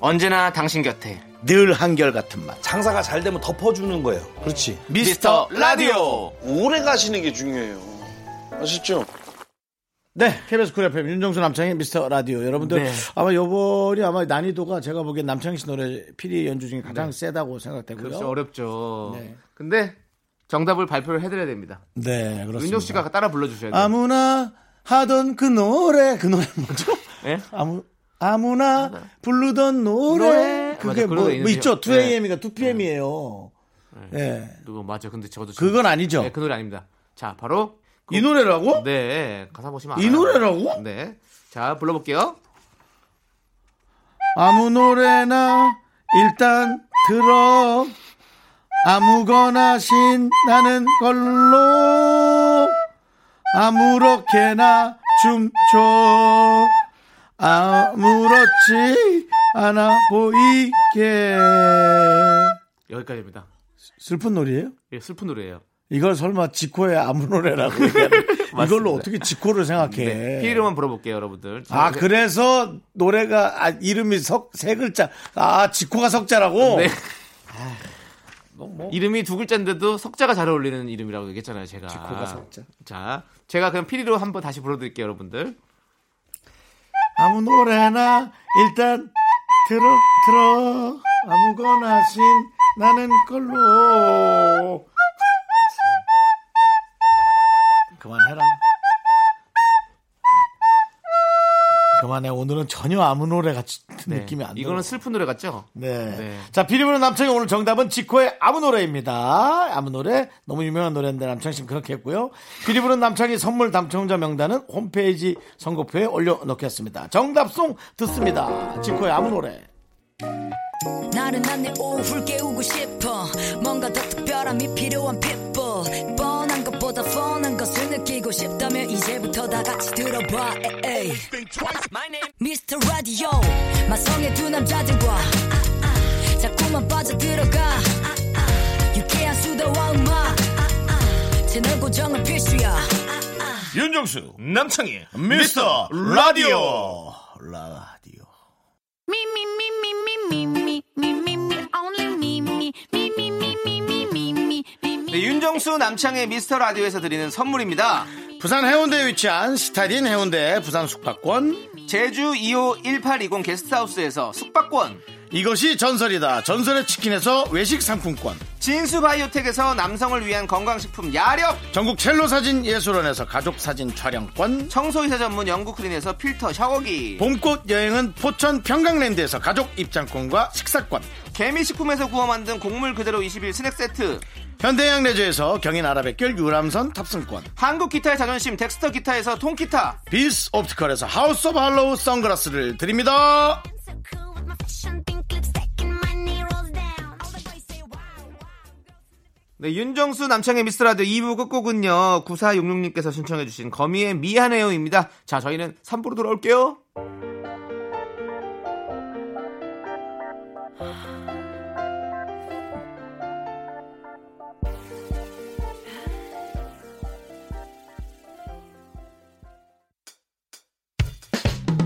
Speaker 2: 언제나 당신 곁에
Speaker 1: 늘 한결같은 맛.
Speaker 7: 장사가 잘 되면 덮어주는 거예요. 그렇지.
Speaker 2: 미스터 라디오
Speaker 8: 오래 가시는 게 중요해요. 아셨죠?
Speaker 1: 네, KBS 쿨 FM 윤정수 남창희 미스터 라디오 여러분들
Speaker 2: 네.
Speaker 1: 아마 요번이 아마 난이도가 제가 보기엔 남창희 씨 노래 피리 연주 중에 가장 세다고 생각되고요.
Speaker 2: 네. 그렇죠. 어렵죠.
Speaker 1: 네.
Speaker 2: 근데 정답을 발표를 해드려야 됩니다.
Speaker 1: 네, 그렇습니다.
Speaker 2: 윤종 씨가 따라 불러주셔야 돼요.
Speaker 1: 아무나 하던 그 노래 그 노래 뭐죠?
Speaker 2: 예?
Speaker 1: 아무 아무나 부르던 노래,
Speaker 2: 노래. 맞아,
Speaker 1: 그게 뭐,
Speaker 2: 그런 거
Speaker 1: 뭐
Speaker 2: 있는데요.
Speaker 1: 있죠?
Speaker 2: 네.
Speaker 1: 2AM이가 2PM이에요. 예.
Speaker 2: 누구 맞아. 근데 저도 지금-
Speaker 1: 그건 아니죠.
Speaker 2: 네, 그 노래 아닙니다. 자, 바로 그-
Speaker 1: 이 노래라고?
Speaker 2: 네 가사 보시면
Speaker 1: 이
Speaker 2: 알아요.
Speaker 1: 노래라고?
Speaker 2: 네. 자 불러볼게요.
Speaker 1: 아무 노래나 일단 들어 아무거나 신나는 걸로 아무렇게나 춤춰 아무렇지 않아 보이게
Speaker 2: 여기까지입니다.
Speaker 1: 슬픈 노래예요?
Speaker 2: 예, 슬픈 노래예요.
Speaker 1: 이걸 설마 지코의 아무 노래라고 얘기하는 이걸로 어떻게 지코를 생각해?
Speaker 2: 네. 피리로만 불러볼게요, 여러분들.
Speaker 1: 아 그래서 노래가 아, 이름이 석 세 글자 아 지코가 석자라고?
Speaker 2: 네.
Speaker 1: 아, 뭐,
Speaker 2: 이름이 두 글자인데도 석자가 잘 어울리는 이름이라고 얘기했잖아요, 제가.
Speaker 1: 지코가 석자.
Speaker 2: 자, 제가 그럼 피리로 한번 다시 불러드릴게요, 여러분들.
Speaker 1: 아무 노래나 일단 들어 들어 아무거나 신 나는 걸로 그만해라 그만해 오늘은 전혀 아무 노래 같은
Speaker 2: 네.
Speaker 1: 느낌이 안
Speaker 2: 이거는
Speaker 1: 들어
Speaker 2: 슬픈 노래 같죠?
Speaker 1: 네.
Speaker 2: 네.
Speaker 1: 자, 비리부는 남창이 오늘 정답은 지코의 아무 노래입니다. 아무 노래. 너무 유명한 노래인데 남창이 지금 그렇게 했고요. 비리부는 남창이 선물 당첨자 명단은 홈페이지 선거표에 올려놓겠습니다. 정답송 듣습니다. 지코의 아무 노래.
Speaker 8: 나른한 내 오후를 깨우고 싶어 뭔가 더 특별함이 필요한 people 뻔한 것보다 뻔한 것을 느끼고 싶다면 이제부터 다 같이 들어봐 에이. Mr. Radio 마성의 두 남자들과 자꾸만 빠져들어가 유쾌한 수다와 음악 채널 고정은 필수야
Speaker 1: 윤정수, 남창희, 미스터 라디오. 라디오.
Speaker 6: Me, me, me, me, me, me, me, me, me, me, only me, me, me, me, me, me, me, me, me, me, me.
Speaker 2: 네, 윤정수 남창의 미스터 라디오에서 드리는 선물입니다.
Speaker 1: 부산 해운대에 위치한 스타딘 해운대 부산 숙박권.
Speaker 2: 제주 2호 1820 게스트하우스에서 숙박권.
Speaker 1: 이것이 전설이다. 전설의 치킨에서 외식 상품권.
Speaker 2: 진수 바이오텍에서 남성을 위한 건강식품 야력.
Speaker 1: 전국 첼로 사진 예술원에서 가족 사진 촬영권.
Speaker 2: 청소이사 전문 영국 크린에서 필터 샤워기.
Speaker 1: 봄꽃 여행은 포천 평강랜드에서 가족 입장권과 식사권
Speaker 2: 개미식품에서 구워 만든 곡물 그대로 21 스낵 세트.
Speaker 1: 현대양 레저에서 경인 아라뱃길 유람선 탑승권
Speaker 2: 한국 기타의 자존심 덱스터 기타에서 통기타.
Speaker 1: 비스 옵티컬에서 하우스 오브 할로우 선글라스를 드립니다
Speaker 6: I'm so cool with my fashion, pink lipstick, and my knee rolls down. All the boys say wow, wow.
Speaker 2: 네, 윤정수 남창의 미스라디오 2부 끝곡은요. 9466님께서 신청해 주신 거미의 미안해요입니다. 자, 저희는 3부로 돌아올게요.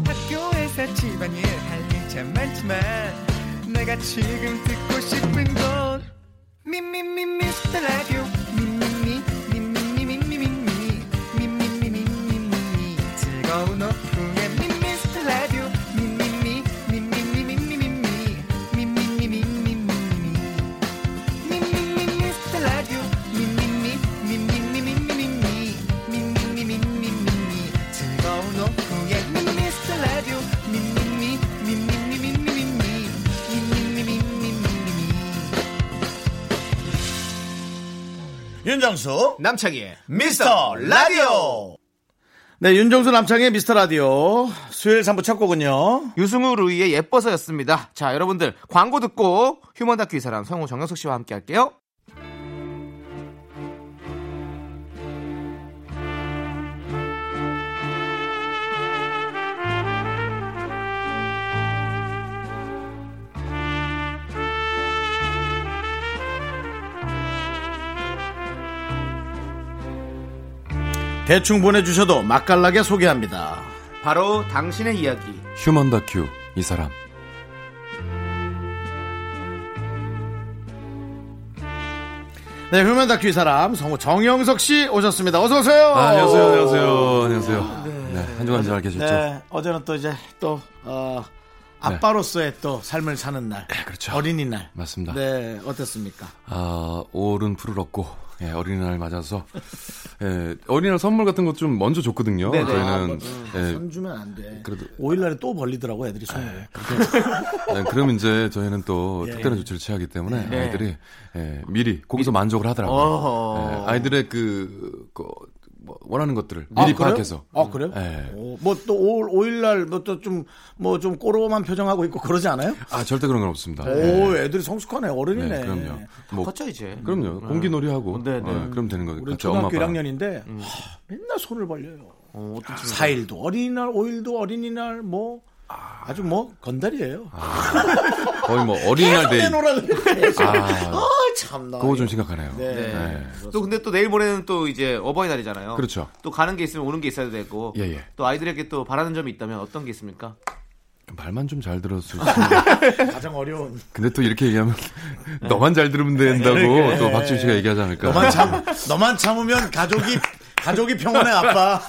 Speaker 3: 학교에서 집안일 할 일 참 많지만 내가 지금 듣고 싶은 건 미미미 미스터 라디오 미미미 미미미 미미미 미미미 미미미 미미미 즐거운 오후에 미스터 라디오 미미미 미미미 미미미 미미미 미미미 미미미
Speaker 1: 윤정수
Speaker 2: 남창희의
Speaker 1: 미스터 라디오 네 윤정수 남창의 미스터 라디오 수요일 3부 첫 곡은요
Speaker 2: 유승우 루이의 예뻐서였습니다. 자, 여러분들 광고 듣고 휴먼 다큐 이 사람 성우 정영석 씨와 함께 할게요.
Speaker 1: 대충 보내주셔도 맛깔나게 소개합니다
Speaker 2: 바로 당신의 이야기.
Speaker 9: 휴먼 다큐 이 사람
Speaker 1: 네 휴면 다큐 이 사람 성우 정영석 씨 오셨습니다 어서 오세요
Speaker 9: 아, 안녕하세요 안녕하세요 안녕하세요 네. 한동안 잘 계셨죠? 네.
Speaker 1: 네, 어제는 또 이제 또 어, 아빠로서의 또 삶을 사는 날, 그렇죠. 어린이날.
Speaker 9: 맞습니다.
Speaker 1: 네, 어땠습니까?
Speaker 9: 아, 오른 푸르렀고 예, 어린이날 맞아서 예, 어린이날 선물 같은 것 좀 먼저 줬거든요.
Speaker 1: 네네. 아, 뭐,
Speaker 9: 저희는 예,
Speaker 1: 손 주면 안 돼.
Speaker 9: 그래도 네,
Speaker 1: 5일날에 또 벌리더라고 애들이 손을.
Speaker 9: 예, 그럼 이제 저희는 또
Speaker 1: 예.
Speaker 9: 특별한 조치를 취하기 때문에
Speaker 1: 네.
Speaker 9: 아이들이 예, 미리 거기서 만족을 하더라고요.
Speaker 1: 어허.
Speaker 9: 예, 아이들의 그, 그, 뭐, 원하는 것들을
Speaker 1: 아,
Speaker 9: 미리
Speaker 1: 그래요?
Speaker 9: 파악해서
Speaker 1: 아 그래요?
Speaker 9: 예.
Speaker 1: 뭐또 5일날 뭐또좀뭐좀 꼬로만 표정하고 있고 그러지 않아요?
Speaker 9: 아 절대 그런 건 없습니다.
Speaker 1: 오, 애들이 성숙하네, 어른이네.
Speaker 9: 네, 그럼요. 뭐,
Speaker 1: 컸죠, 이제.
Speaker 2: 그렇죠.
Speaker 9: 그럼요. 공기놀이하고
Speaker 1: 네, 네.
Speaker 9: 어, 그럼 되는 거예요.
Speaker 1: 우리
Speaker 9: 같이 엄마
Speaker 1: 초등학교
Speaker 9: 아빠.
Speaker 1: 1학년인데 맨날 손을 벌려요.
Speaker 2: 어, 어떤 친구가-
Speaker 1: 4일도 어린이날, 5일도 어린이날 뭐 아주 뭐 건달이에요.
Speaker 9: 거의 뭐 어린이날
Speaker 1: 계속
Speaker 9: 데이.
Speaker 1: 내놓으라 그래, 계속.
Speaker 9: 아,
Speaker 1: 아, 참나.
Speaker 9: 그거 좀 심각하네요.
Speaker 2: 네.
Speaker 9: 네.
Speaker 2: 또 근데 또 내일 모레는 또 이제 어버이날이잖아요.
Speaker 9: 그렇죠.
Speaker 2: 또 가는 게 있으면 오는 게 있어야 되고.
Speaker 9: 예, 예.
Speaker 2: 또 아이들에게 또 바라는 점이 있다면 어떤 게 있습니까?
Speaker 9: 그 말만 좀 잘 들었을
Speaker 1: 가장 어려운.
Speaker 9: 근데 또 이렇게 얘기하면 너만 잘 들으면 된다고
Speaker 1: 그러니까.
Speaker 9: 또 박지우 씨가 얘기하지 않을까.
Speaker 1: 너만 참 너만 참으면 가족이 가족이 평온해 아빠.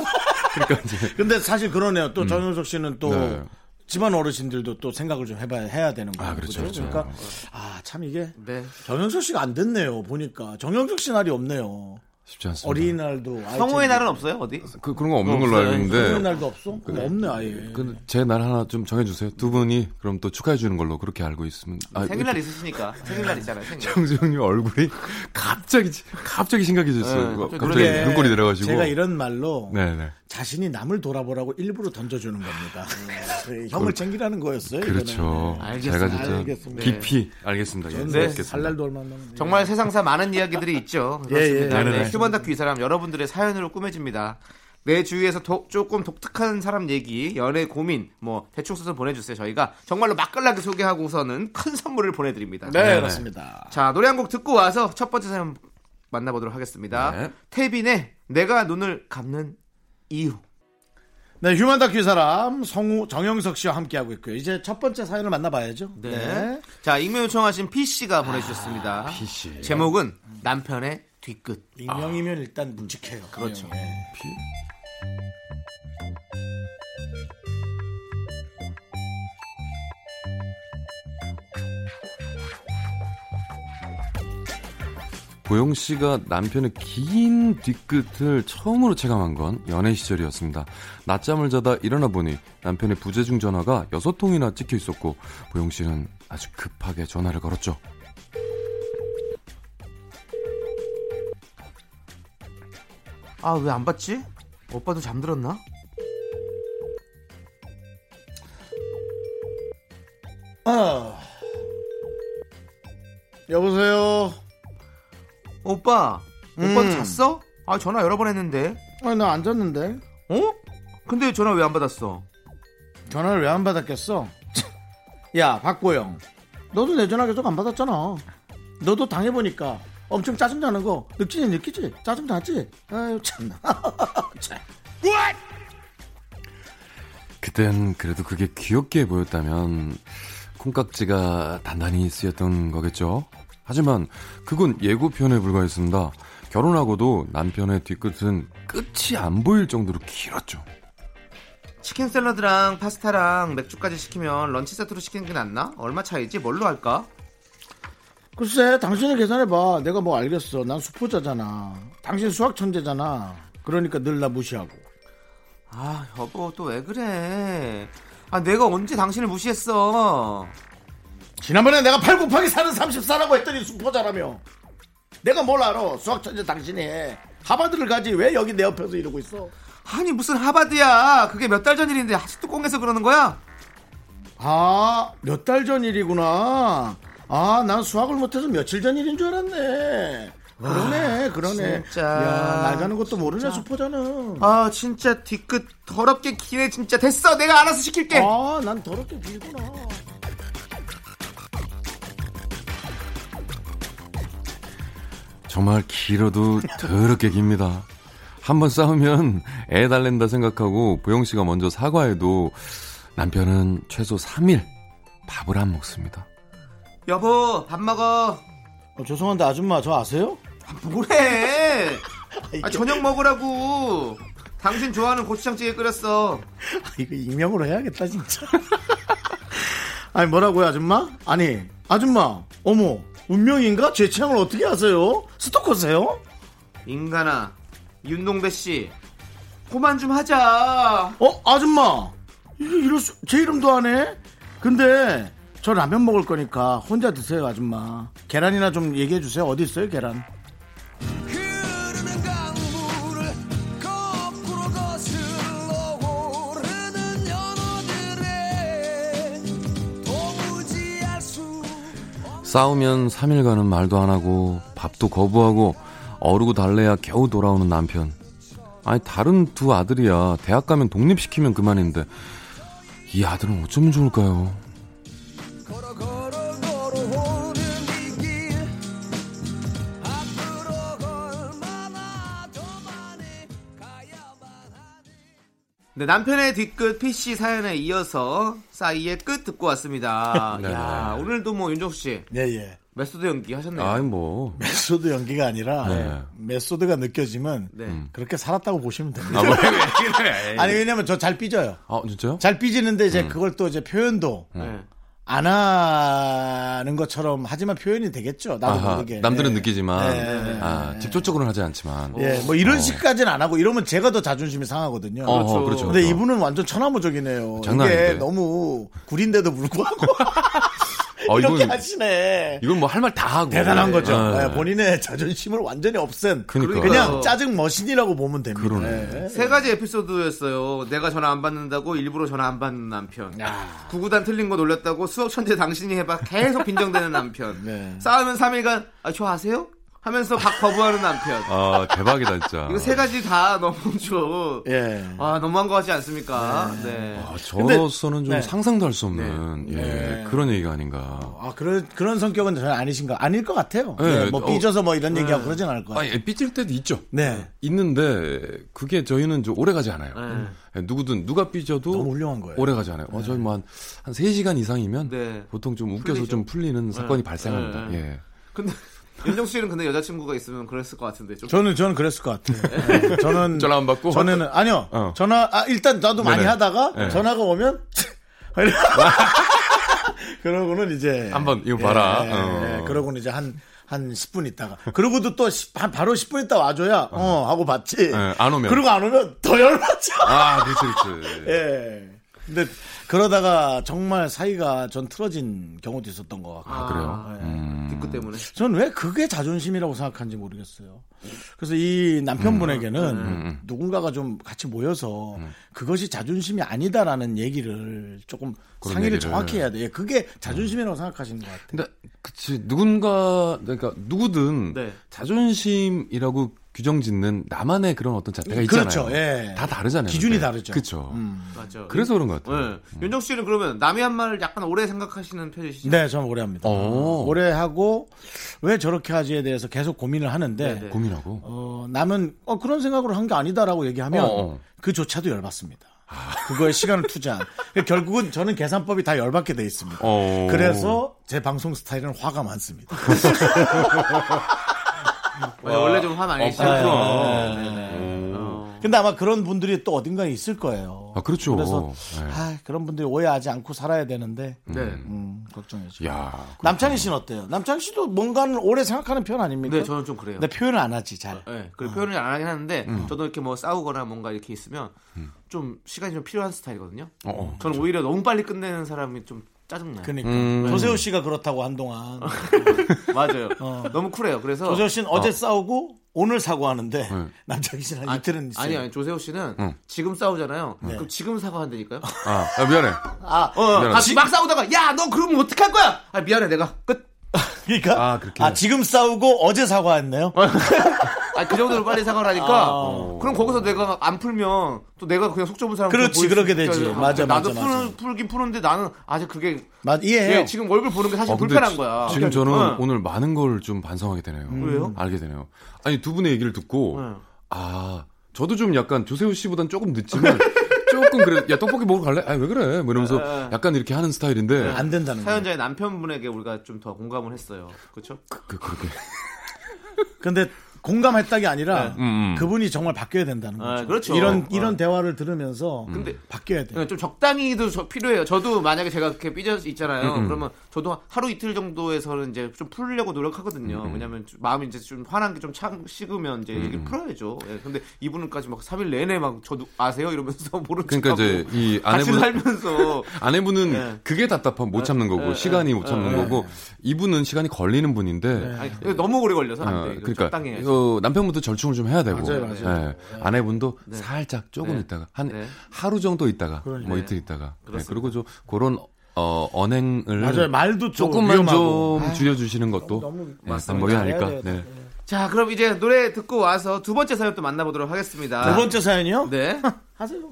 Speaker 9: 그러니까 이제 음.
Speaker 1: 근데 사실 그러네요. 또 정윤석 씨는 또
Speaker 9: 네.
Speaker 1: 집안 어르신들도 또 생각을 좀 해봐야 해야 되는 거예요.
Speaker 9: 아, 그렇죠,
Speaker 1: 그죠?
Speaker 9: 그렇죠.
Speaker 1: 그러니까 아 참 이게
Speaker 2: 네.
Speaker 1: 정윤석 씨가 안 됐네요. 보니까 정윤석 씨 날이 없네요.
Speaker 9: 쉽지 않습니다.
Speaker 1: 어린이날도 아이 챙기고.
Speaker 2: 성우의 날은 없어요 어디?
Speaker 9: 그, 그런 거 없는 걸로 알고
Speaker 1: 성우의
Speaker 9: 있는데
Speaker 1: 날도 없어? 그럼 없네 아예.
Speaker 9: 근데 제 날 하나 좀 정해주세요. 두 분이 그럼 또 축하해 주는 걸로 그렇게 알고 있으면. 아,
Speaker 2: 생일날 있으시니까 생일날 있잖아요. 생일.
Speaker 9: 정수 형님 얼굴이 갑자기 갑자기 심각해졌어요.
Speaker 2: 네,
Speaker 9: 그거
Speaker 2: 갑자기
Speaker 9: 갑자기
Speaker 1: 그러게
Speaker 9: 눈꼬리 내려가지고.
Speaker 1: 제가 이런 말로
Speaker 9: 네네.
Speaker 1: 자신이 남을 돌아보라고 일부러 던져주는 겁니다. 네, 형을 챙기라는 거였어요.
Speaker 9: 아, 그 그렇죠.
Speaker 1: 이거는.
Speaker 9: 제가 진짜
Speaker 1: 네, 알겠습니다.
Speaker 9: 깊이 알겠습니다. 예,
Speaker 1: 네.
Speaker 9: 알겠습니다.
Speaker 1: 살날도 얼마 안 남았네.
Speaker 2: 정말 세상사 많은 이야기들이 있죠.
Speaker 1: 예,
Speaker 2: 그렇습니다.
Speaker 1: 예.
Speaker 2: 네,
Speaker 1: 네네네.
Speaker 2: 휴먼 다큐 이 사람 여러분들의 사연으로 꾸며집니다. 내 주위에서 독- 조금 독특한 사람 얘기, 연애 고민, 뭐 대충 써서 보내주세요. 저희가 정말로 맛깔나게 소개하고서는 큰 선물을 보내드립니다.
Speaker 1: 네, 그렇습니다.
Speaker 2: 자 노래 한 곡 듣고 와서 첫 번째 사연 만나보도록 하겠습니다. 태빈의 내가 눈을 감는 이유.
Speaker 1: 네, 휴먼 다큐 사람 성우 정영석 씨와 함께하고 있고요. 이제 첫 번째 사연을 만나봐야죠.
Speaker 2: 네. 자 익명 요청하신 P 씨가 보내주셨습니다. 제목은 남편의 뒤끝.
Speaker 1: 익명이면 일단 묵직해요.
Speaker 2: 아. 그렇죠.
Speaker 9: 보영 씨가 남편의 긴 뒤끝을 처음으로 체감한 건 연애 시절이었습니다. 낮잠을 자다 일어나 보니 남편의 부재중 전화가 여섯 통이나 찍혀 있었고 보영 씨는 아주 급하게 전화를 걸었죠.
Speaker 2: 아 왜 안 받지? 오빠도 잠들었나?
Speaker 1: 아. 여보세요.
Speaker 2: 오빠,
Speaker 1: 음.
Speaker 2: 오빠도 잤어? 아 전화 여러 번 했는데.
Speaker 1: 아니, 나 안 잤는데.
Speaker 2: 어? 근데 전화 왜 안 받았어?
Speaker 1: 전화를 왜 안 받았겠어? 야, 박보영. 너도 내 전화 계속 안 받았잖아. 너도 당해보니까 엄청 짜증나는 거 느끼니 느끼지? 짜증나지? 아유, 참나. 참.
Speaker 9: 그땐 그래도 그게 귀엽게 보였다면 콩깍지가 단단히 쓰였던 거겠죠. 하지만 그건 예고편에 불과했습니다. 결혼하고도 남편의 뒤끝은 끝이 안 보일 정도로 길었죠.
Speaker 2: 치킨 샐러드랑 파스타랑 맥주까지 시키면 런치 세트로 시키는 게 낫나? 얼마 차이지? 뭘로 할까?
Speaker 1: 글쎄, 당신이 계산해봐. 내가 뭐 알겠어. 난 수포자잖아. 당신 수학 천재잖아. 그러니까 늘 나 무시하고.
Speaker 2: 아 여보 또 왜 그래? 아 내가 언제 당신을 무시했어?
Speaker 1: 지난번에 내가 8 곱하기 4는 34라고 했더니 수포자라며. 내가 뭘 알아. 수학 천재 당신이 해. 하바드를 가지. 왜 여기 내 옆에서 이러고 있어?
Speaker 2: 아니 무슨 하바드야? 그게 몇 달 전 일인데 아직도 꽁해서 그러는 거야?
Speaker 1: 아, 몇 달 전 일이구나. 아, 난 수학을 못해서 며칠 전 일인 줄 알았네. 그러네, 그러네.
Speaker 2: 아, 진짜.
Speaker 1: 야, 날 가는 것도 모르네, 수포자는.
Speaker 2: 아 진짜 뒤끝 더럽게 기네 진짜 됐어 내가 알아서 시킬게.
Speaker 1: 아, 난 더럽게 길구나.
Speaker 9: 정말 길어도 더럽게 깁니다. 한번 싸우면 애 달랜다 생각하고 보영 씨가 먼저 사과해도 남편은 최소 3일 밥을 안 먹습니다.
Speaker 2: 여보 밥 먹어.
Speaker 1: 어, 죄송한데, 아줌마, 저 아세요?
Speaker 2: 뭐래? 아, 저녁 먹으라고. 당신 좋아하는 고추장찌개 끓였어.
Speaker 1: 이거 익명으로 해야겠다 진짜. 아니 뭐라고요 아줌마? 아니 아줌마 어머 운명인가? 제 취향을 어떻게 아세요? 스토커세요?
Speaker 2: 인간아 윤동배 씨 그만 좀 하자.
Speaker 1: 어 아줌마 이게 이럴 수, 제 이름도 안 해? 근데 저 라면 먹을 거니까 혼자 드세요 아줌마. 계란이나 좀 얘기해 주세요. 어디 있어요 계란?
Speaker 5: 거꾸로 거슬러 오르는 연어들의 도무지 알수
Speaker 9: 싸우면 3일간은 말도 안 하고 밥도 거부하고 어르고 달래야 겨우 돌아오는 남편. 아니 다른 두 아들이야 대학 가면 독립시키면 그만인데 이 아들은 어쩌면 좋을까요?
Speaker 2: 네, 남편의 뒤끝 PC 사연에 이어서 싸이의 끝 듣고 왔습니다.
Speaker 1: 네네.
Speaker 2: 야, 오늘도 뭐 윤정수 씨
Speaker 1: 예예.
Speaker 2: 메소드 연기 하셨네요.
Speaker 9: 아이 뭐.
Speaker 1: 메소드 연기가 아니라
Speaker 9: 네.
Speaker 1: 메소드가 느껴지면
Speaker 2: 네.
Speaker 1: 그렇게 살았다고 보시면 됩니다.
Speaker 9: 아, 뭐, 왜 그래.
Speaker 1: 아니 왜냐면 저 잘 삐져요.
Speaker 9: 아 진짜요?
Speaker 1: 잘 삐지는데 이제
Speaker 9: 음.
Speaker 1: 그걸 또 이제 표현도
Speaker 9: 네.
Speaker 1: 안 하는 것처럼 하지만 표현이 되겠죠. 나도
Speaker 9: 아하,
Speaker 1: 모르게.
Speaker 9: 남들은
Speaker 1: 예.
Speaker 9: 느끼지만
Speaker 1: 예.
Speaker 9: 아, 직접적으로는 하지 않지만.
Speaker 1: 예, 뭐 이런
Speaker 9: 어.
Speaker 1: 식까지는 안 하고 이러면 제가 더 자존심이 상하거든요.
Speaker 9: 어, 그렇죠. 그렇죠.
Speaker 1: 근데 이분은 완전 천하무적이네요.
Speaker 9: 장난
Speaker 1: 이게
Speaker 9: 아닌데.
Speaker 1: 너무 구린데도 불구하고
Speaker 9: 어,
Speaker 1: 이렇게
Speaker 9: 이건
Speaker 1: 하시네.
Speaker 9: 이건 뭐 할 말 다 하고
Speaker 1: 대단한 거죠.
Speaker 9: 예.
Speaker 1: 예, 본인의 자존심을 완전히 없앤 그
Speaker 9: 그러니까.
Speaker 1: 냥 짜증 머신이라고 보면 됩니다. 예.
Speaker 2: 세 가지 에피소드였어요. 내가 전화 안 받는다고 일부러 전화 안 받는 남편. 구구단 틀린 거 놀렸다고 수업 천재 당신이 해봐 계속 빈정대는 남편.
Speaker 9: 네.
Speaker 2: 싸우면 3일간 아, 저 아세요? 하면서 박 거부하는 남편.
Speaker 9: 아 대박이다 진짜.
Speaker 2: 이거 세 가지 다 너무 좀
Speaker 1: 예.
Speaker 2: 아 너무한 거 같지 않습니까? 네.
Speaker 9: 아. 저로서는 좀
Speaker 1: 네.
Speaker 9: 상상도 할 수 없는 예,
Speaker 1: 네.
Speaker 9: 그런 얘기가 아닌가.
Speaker 1: 아, 그런, 그런 성격은 전혀 아니신가? 아닐 것 같아요.
Speaker 9: 예,
Speaker 1: 예, 뭐
Speaker 9: 어,
Speaker 1: 삐져서 뭐 이런
Speaker 9: 예.
Speaker 1: 얘기하고 그러진 않을 것 같아요.
Speaker 9: 아니, 삐질 때도 있죠.
Speaker 1: 네.
Speaker 9: 있는데 그게 저희는 좀 오래 가지 않아요.
Speaker 1: 네.
Speaker 9: 예, 누구든 누가 삐져도
Speaker 1: 너무 훌륭한 거예요. 네.
Speaker 9: 오래 가지 않아요. 어, 저희 뭐한 한 3시간 이상이면
Speaker 2: 네.
Speaker 9: 보통 좀 웃겨서 좀 풀리는 사건이 발생합니다.
Speaker 2: 네, 네.
Speaker 9: 예.
Speaker 2: 근데 윤정수 씨는 근데 여자친구가 있으면 그랬을 것 같은데 좀.
Speaker 1: 저는 저는 그랬을 것 같아요. 네, 저는
Speaker 9: 전화 안 받고?
Speaker 1: 전에는 아니요.
Speaker 9: 어.
Speaker 1: 전화 아, 일단 나도 많이
Speaker 9: 네네.
Speaker 1: 하다가
Speaker 9: 네.
Speaker 1: 전화가 오면 그러고는 이제
Speaker 9: 한번 이거
Speaker 1: 예,
Speaker 9: 봐라.
Speaker 1: 예,
Speaker 9: 어.
Speaker 1: 예, 그러고는 이제 한 한 10분 있다가 그러고도 또 시- 한- 바로 10분 있다 와줘야 어, 하고 봤지.
Speaker 9: 예, 안 오면.
Speaker 1: 그리고 안 오면 더 열받죠.
Speaker 9: 아, 그렇지, 그렇지.
Speaker 1: 예. 근데 그러다가 정말 사이가 전 틀어진 경우도 있었던 것 같고.
Speaker 2: 아,
Speaker 9: 그래요?
Speaker 1: 네.
Speaker 9: 음.
Speaker 2: 뒷끝 때문에.
Speaker 1: 저는 왜 그게 자존심이라고 생각하는지 모르겠어요. 그래서 이 남편분에게는
Speaker 9: 음,
Speaker 1: 누군가가 좀 같이 모여서 그것이 자존심이 아니다라는 얘기를 조금
Speaker 9: 그런
Speaker 1: 상의를
Speaker 9: 얘기를. 음.
Speaker 1: 정확히 해야 돼요. 예, 그게 자존심이라고 생각하시는 것 같아요.
Speaker 9: 근데 그치 누군가 그러니까 누구든
Speaker 1: 네.
Speaker 9: 자존심이라고 규정짓는 나만의 그런 어떤 자태가 있잖아요.
Speaker 1: 그렇죠, 예.
Speaker 9: 다 다르잖아요.
Speaker 1: 기준이
Speaker 9: 근데.
Speaker 1: 다르죠. 음.
Speaker 9: 그쵸.
Speaker 2: 맞죠.
Speaker 9: 그래서 그런 것 같아요.
Speaker 2: 네. 윤정수 씨는 그러면 남의 한 말을 약간 오래 생각하시는 편이시죠?
Speaker 1: 네, 저는 오래 합니다.
Speaker 9: 오.
Speaker 1: 오래 하고 왜 저렇게 하지에 대해서 계속 고민을 하는데
Speaker 2: 네네.
Speaker 9: 고민하고.
Speaker 1: 어, 남은 어, 그런 생각으로 한 게 아니다라고 얘기하면
Speaker 9: 어, 어. 아.
Speaker 1: 그조차도 열받습니다. 그거에 시간을 투자한. 그러니까 결국은 저는 계산법이 다 열받게 돼 있습니다.
Speaker 9: 어.
Speaker 1: 그래서 제 방송 스타일은 화가 많습니다.
Speaker 2: 원래 좀 화 많이
Speaker 9: 아,
Speaker 2: 내시잖아요.
Speaker 9: 그렇구나.
Speaker 2: 네, 네, 네. 어.
Speaker 1: 근데 아마 그런 분들이 또 어딘가에 있을 거예요.
Speaker 9: 아 그렇죠.
Speaker 1: 그래서
Speaker 9: 네.
Speaker 1: 아, 그런 분들이 오해하지 않고 살아야 되는데
Speaker 2: 네.
Speaker 1: 음, 걱정이죠.
Speaker 9: 야.
Speaker 1: 남창희 씨는 어때요? 남창희 씨도 뭔가는 오래 생각하는 편 아닙니까?
Speaker 2: 네, 저는 좀 그래요.
Speaker 1: 근데 표현을 안 하지 잘.
Speaker 2: 네, 그리고 표현을 안 하긴 하는데
Speaker 1: 음.
Speaker 2: 저도 이렇게 뭐 싸우거나 뭔가 이렇게 있으면 좀 시간이 좀 필요한 스타일이거든요.
Speaker 9: 어, 어.
Speaker 2: 저는
Speaker 1: 그렇죠.
Speaker 2: 오히려 너무 빨리 끝내는 사람이 좀 짜증나요.
Speaker 1: 그러니까
Speaker 9: 음.
Speaker 1: 조세호 씨가 그렇다고 한동안
Speaker 2: 맞아요. 너무 쿨해요. 그래서
Speaker 1: 어. 조세호 씨는 어. 제 싸우고 오늘 사과하는데
Speaker 9: 아. 네.
Speaker 1: 남창희 씨는 네. 한
Speaker 2: 아,
Speaker 1: 이틀은 있어요.
Speaker 2: 아니 아니 조세호 씨는
Speaker 9: 응.
Speaker 2: 지금 싸우잖아요. 그럼 지금 사과한다니까요.
Speaker 1: 어,
Speaker 9: 아, 아, 미안해.
Speaker 1: 아,
Speaker 2: 어, 아,
Speaker 9: 미안하다.
Speaker 2: 지- 막 싸우다가 야 너 그러면 어떡할 거야? 아 미안해 내가 끝.
Speaker 1: 그러니까
Speaker 9: 아,
Speaker 1: 아,
Speaker 9: 그렇게.
Speaker 1: 지금 싸우고 어제 사과했네요.
Speaker 2: 아 그 정도로 빨리 사과를 하니까 그럼 거기서 내가 안 풀면 또 내가 그냥 속 좁은 사람
Speaker 1: 아. 그렇지, 그러게 되지. 맞아, 맞아,
Speaker 2: 나도
Speaker 1: 맞아. 네.
Speaker 2: 푸는, 풀긴 푸는데 나는 아직 그게
Speaker 1: 맞 이해해요.
Speaker 2: 예, 지금 얼굴 보는 게 사실
Speaker 1: 어,
Speaker 9: 아, 근데
Speaker 2: 불편한
Speaker 9: 지-
Speaker 2: 거야.
Speaker 9: 지금 저는
Speaker 2: 응.
Speaker 9: 오늘 많은 걸 좀 반성하게 되네요.
Speaker 2: 왜요?
Speaker 9: 알게 되네요. 아니 두 분의 얘기를 듣고
Speaker 2: 네.
Speaker 9: 아 저도 좀 약간 조세호 씨보단 조금 늦지만 조금 그래 야 떡볶이 먹으러 갈래? 아왜 그래? 뭐 이러면서
Speaker 2: 네.
Speaker 9: 약간 이렇게 하는 스타일인데
Speaker 1: 안 된다는 거예요.
Speaker 2: 사연자의
Speaker 9: 음.
Speaker 2: 남편분에게 우리가 좀 더 공감을 했어요. 그렇죠?
Speaker 9: 그, 그렇게
Speaker 1: 근데 공감했다기 아니라
Speaker 9: 네. 음, 음.
Speaker 1: 그분이 정말 바뀌어야 된다는 거죠.
Speaker 2: 아, 그렇죠.
Speaker 1: 이런
Speaker 2: 어.
Speaker 1: 이런 대화를 들으면서
Speaker 9: 음.
Speaker 2: 근데
Speaker 1: 바뀌어야 돼.
Speaker 2: 네, 좀 적당히도 저- 필요해요. 저도 만약에 제가 이렇게 삐져 있잖아요.
Speaker 1: 음, 음.
Speaker 2: 그러면 저도 하루 이틀 정도에서는 이제 좀 풀려고 노력하거든요. 왜냐면 좀 마음이 이제 좀 화난 게 좀 식으면 이제 이게 풀어야죠. 예, 근데 이분은까지 막 3일 내내 막 저도 아세요? 이러면서 모른
Speaker 9: 그러니까
Speaker 2: 척하고
Speaker 9: 이제 이
Speaker 2: 같이
Speaker 9: 아내분-
Speaker 2: 살면서
Speaker 9: 아내분은
Speaker 2: 네.
Speaker 9: 그게 답답한 못 참는 거고
Speaker 2: 예,
Speaker 9: 시간이
Speaker 2: 예,
Speaker 9: 못 참는
Speaker 2: 예,
Speaker 9: 거고 이분은 시간이 걸리는 분인데
Speaker 2: 아니, 너무 오래 걸려서 네. 안 돼.
Speaker 9: 어,
Speaker 2: 이거 그렇죠?
Speaker 9: 그러니까
Speaker 2: 적당히 해야지.
Speaker 9: 어, 남편분도 절충을 좀 해야 되고
Speaker 2: 맞아요, 맞아요.
Speaker 9: 내분도
Speaker 2: 네.
Speaker 9: 살짝 조금
Speaker 2: 네.
Speaker 9: 있다가 한
Speaker 2: 네.
Speaker 9: 하루 정도 있다가
Speaker 2: 그러니까.
Speaker 9: 뭐
Speaker 2: 네.
Speaker 9: 이틀 있다가 네,
Speaker 2: 그렇습니다.
Speaker 9: 그리고 좀 그런 어, 언행을
Speaker 1: 맞아요. 말도 좀
Speaker 9: 조금만
Speaker 1: 위험하고.
Speaker 9: 좀
Speaker 1: 아유,
Speaker 9: 줄여주시는 것도
Speaker 1: 너무-
Speaker 9: 네,
Speaker 1: 맞습니다.
Speaker 9: 방법이 아닐까
Speaker 1: 잘해야 돼요.
Speaker 9: 네.
Speaker 2: 자, 그럼 이제 노래 듣고 와서 두 번째 사연 또 만나보도록 하겠습니다.
Speaker 1: 두 번째 사연이요?
Speaker 2: 네.
Speaker 1: 하세요.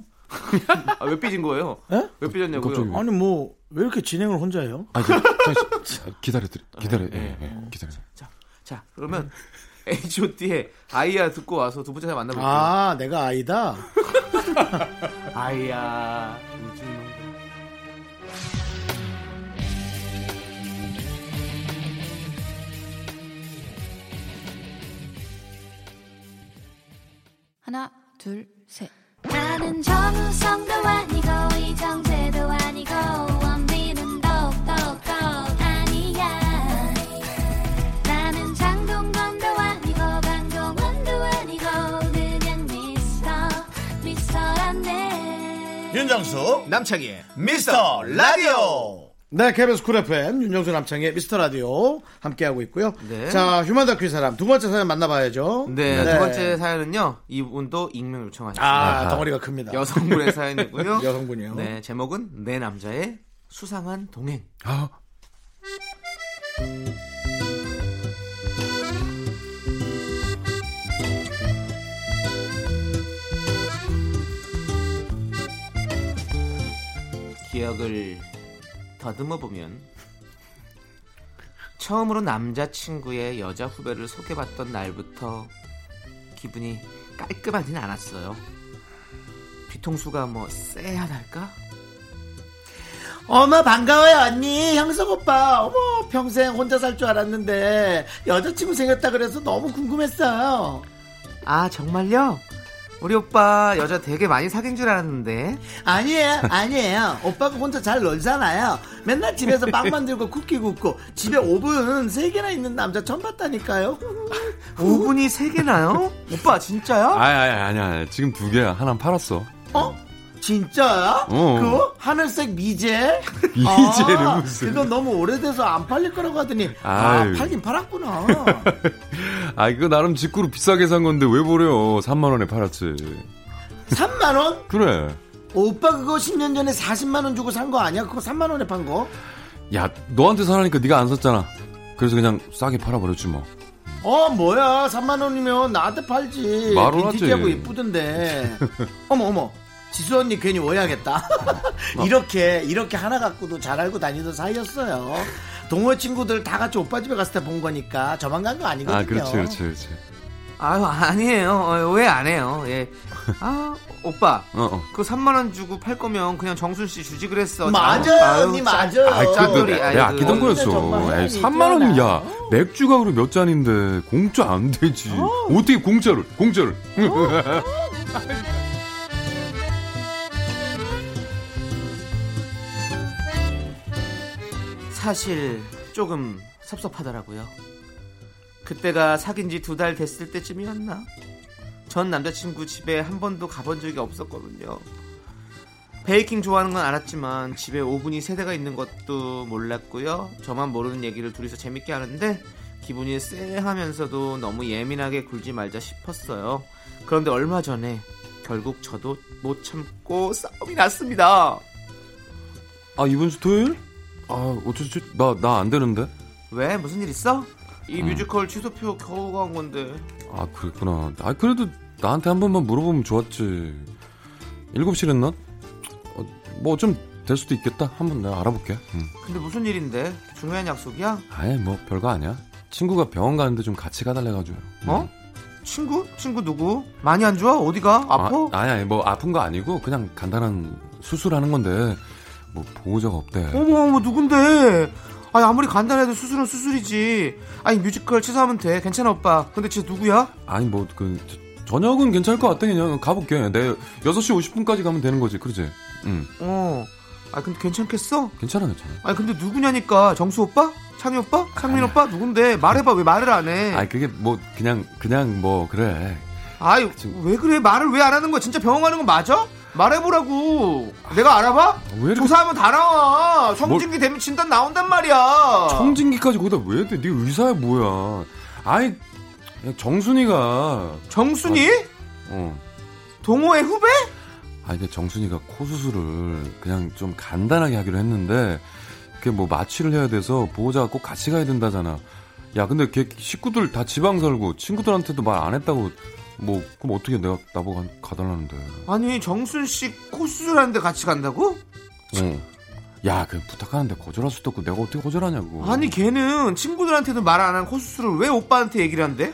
Speaker 2: 아, 왜 삐진 거예요? 왜 삐졌냐고요?
Speaker 1: 아니 뭐 왜 이렇게 진행을 혼자 해요?
Speaker 9: 아, 기다려 드려 기다려 예, 예,
Speaker 2: 네.
Speaker 9: 기다려
Speaker 2: 자, 그러면 H.O.T의 아이야 듣고 와서 두 번째 사연 만나볼게요.
Speaker 1: 아 내가 아이다.
Speaker 2: 아이야 요즘
Speaker 6: 하나, 둘, 셋.
Speaker 10: 나는 정우성도 아니고 이정재도 아니고 원빈은 더욱더 아니야 나는 장동건도 아니고 강동원도 아니고 그냥 미스터 미스터란데
Speaker 1: 윤정수
Speaker 2: 남창희
Speaker 1: 미스터 라디오. 네, KBS 쿨 FM 윤정수 남창의 미스터 라디오 함께하고 있고요.
Speaker 2: 네.
Speaker 1: 자, 휴먼 다큐 이 사람 두 번째 사연 만나봐야죠.
Speaker 2: 네, 두 번째 사연은요. 이분도 익명 요청하셨습니다.
Speaker 1: 아, 덩어리가 큽니다.
Speaker 2: 여성분의 사연이고요.
Speaker 1: 여성분이요.
Speaker 2: 네, 제목은 내 남자의 수상한 동행.
Speaker 9: 아.
Speaker 2: 기억을 더듬어 보면 처음으로 남자친구의 여자 후배를 소개받던 날부터 기분이 깔끔하진 않았어요. 뒤통수가 뭐 쎄하달까?
Speaker 1: 어머 반가워요 언니 형석 오빠 어머 평생 혼자 살 줄 알았는데 여자친구 생겼다 그래서 너무 궁금했어요
Speaker 2: 아 정말요? 우리 오빠 여자 되게 많이 사귄 줄 알았는데
Speaker 1: 아니에요 아니에요 오빠가 혼자 잘 놀잖아요 맨날 집에서 빵 만들고 쿠키 굽고 집에 오븐 세개나 있는 남자 처음 봤다니까요
Speaker 2: 오븐이 세개나 요 오빠 진짜요?
Speaker 9: 아니 아니 아니 아니 지금 두 개야 하나는 팔았어
Speaker 1: 어? 진짜야?
Speaker 9: 어.
Speaker 1: 그거? 하늘색 미제? 아,
Speaker 9: 미제는 무슨.
Speaker 1: 그거 너무 오래돼서 안 팔릴 거라고 하더니 아
Speaker 9: 아유.
Speaker 1: 팔긴 팔았구나
Speaker 9: 아 이거 나름 직구로 비싸게 산 건데 왜 버려 3만 원에 팔았지
Speaker 1: 3만원?
Speaker 9: 그래
Speaker 1: 오빠 그거 10년 전에 40만 원 주고 산 거 아니야? 그거 3만 원에 판 거?
Speaker 9: 야 너한테 사라니까 네가 안 샀잖아 그래서 그냥 싸게 팔아버렸지 뭐
Speaker 1: 어 뭐야 3만 원이면 나한테 팔지
Speaker 9: 말을 하지.
Speaker 1: 빈티지하고 예쁘던데 어머 어머 지수 언니 괜히 오해하겠다 이렇게 이렇게 하나 갖고도 잘 알고 다니던 사이였어요 동호회 친구들 다 같이 오빠 집에 갔을 때 본 거니까 저만 간 거 아니거든요
Speaker 9: 아 그렇지 그렇지 그렇지
Speaker 2: 아유 아니에요 어, 왜 안 해요 예. 아 오빠
Speaker 9: 어, 어.
Speaker 2: 그 3만 원 주고 팔 거면 그냥 정순 씨 주지 그랬어.
Speaker 1: 맞아요, 언니, 맞아요.
Speaker 9: 아이, 그래도 네.
Speaker 2: 짜돌이.
Speaker 9: 내가 아끼던 거였어.
Speaker 1: 정말
Speaker 9: 에이,
Speaker 1: 사람이
Speaker 9: 3만 원이야. 맥주가 그리고 몇 잔인데 공짜 안 되지. 어. 떻게 공짜를? 공짜를.
Speaker 2: 사실 조금 섭섭하더라고요. 그때가 사귄 지 두 달 됐을 때쯤이었나? 전 남자친구 집에 한 번도 가본 적이 없었거든요. 베이킹 좋아하는 건 알았지만 집에 오븐이 세 대가 있는 것도 몰랐고요. 저만 모르는 얘기를 둘이서 재밌게 하는데 기분이 쎄하면서도 너무 예민하게 굴지 말자 싶었어요. 그런데 얼마 전에 결국 저도 못 참고 싸움이 났습니다.
Speaker 9: 아 이번 주 토요일? 아 어쩌지? 나나 안 되는데.
Speaker 2: 왜 무슨 일 있어? 이
Speaker 9: 음.
Speaker 2: 뮤지컬 취소표 겨우 구한 건데.
Speaker 9: 아 그랬구나. 아 그래도 나한테 한 번만 물어보면 좋았지. 일곱 시랬나 뭐 좀 될 수도 있겠다. 한번 내가 알아볼게. 음.
Speaker 2: 근데 무슨 일인데? 중요한 약속이야?
Speaker 9: 아예 뭐 별거 아니야. 친구가 병원 가는데 좀 같이 가달래가지고.
Speaker 2: 어? 친구? 친구 누구? 많이 안 좋아? 어디가? 아파?
Speaker 9: 아, 아니, 아니, 뭐 아픈 거 아니고 그냥 간단한 수술하는 건데 뭐 보호자가 없대.
Speaker 2: 어머 어머 누군데? 아니 아무리 간단해도 수술은 수술이지. 아니 뮤지컬 취소하면 돼. 괜찮아 오빠. 근데 쟤 누구야?
Speaker 9: 아니 뭐 그 저녁은 괜찮을 것 같아 그냥 가볼게. 내 6시 50분까지 가면 되는 거지. 그러지? 응.
Speaker 2: 어. 아 근데 괜찮겠어?
Speaker 9: 괜찮아 괜찮아.
Speaker 2: 아니 근데 누구냐니까 정수 오빠? 창희 오빠? 창민 오빠? 누군데? 말해봐 왜 말을 안 해?
Speaker 9: 아니 그게 뭐 그냥 그냥 뭐 그래.
Speaker 2: 아유 왜 그래 말을 왜 안 하는 거야 진짜 병원 가는 거 맞아? 말해보라고 내가 알아봐? 조사하면 다 나와 성진기 되면 진단 나온단 말이야
Speaker 9: 청진기까지 거기다 왜 돼? 네 의사야 뭐야? 아이 그냥 정순이가
Speaker 2: 정순이?
Speaker 9: 아, 어.
Speaker 2: 동호회 후배?
Speaker 9: 아니 근데 정순이가 코 수술을 그냥 좀 간단하게 하기로 했는데 그게 뭐 마취를 해야 돼서 보호자가 꼭 같이 가야 된다잖아. 야 근데 걔 식구들 다 지방 살고 친구들한테도 말 안 했다고 뭐 그럼 어떻게 내가 나보고 가- 가달라는데?
Speaker 2: 아니 정순씨 코 수술하는데 같이 간다고?
Speaker 9: 어. 야, 그 부탁하는데 거절할 수도 없고 내가 어떻게 거절하냐고.
Speaker 2: 아니 걔는 친구들한테도 말 안 한 코 수술을 왜 오빠한테 얘기를 한대?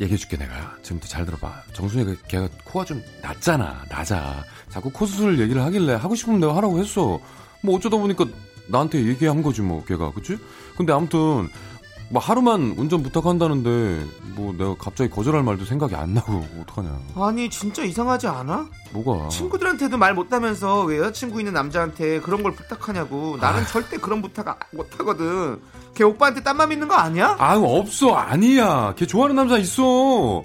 Speaker 9: 얘기해줄게 내가 지금부터 잘 들어봐 정순이가 그 걔가 코가 좀 낮잖아 낮아 자꾸 코 수술 얘기를 하길래 하고 싶으면 내가 하라고 했어 뭐 어쩌다 보니까 나한테 얘기한 거지 뭐 걔가 그치 근데 아무튼 뭐 하루만 운전 부탁한다는데 뭐 내가 갑자기 거절할 말도 생각이 안 나고 어떡하냐
Speaker 2: 아니 진짜 이상하지 않아?
Speaker 9: 뭐가
Speaker 2: 친구들한테도 말 못하면서 왜 여자친구 있는 남자한테 그런 걸 부탁하냐고 나는 절대 그런 부탁 아- 못하거든 걔 오빠한테 딴 맘 있는 거 아니야?
Speaker 9: 아유 없어 아니야 걔 좋아하는 남자 있어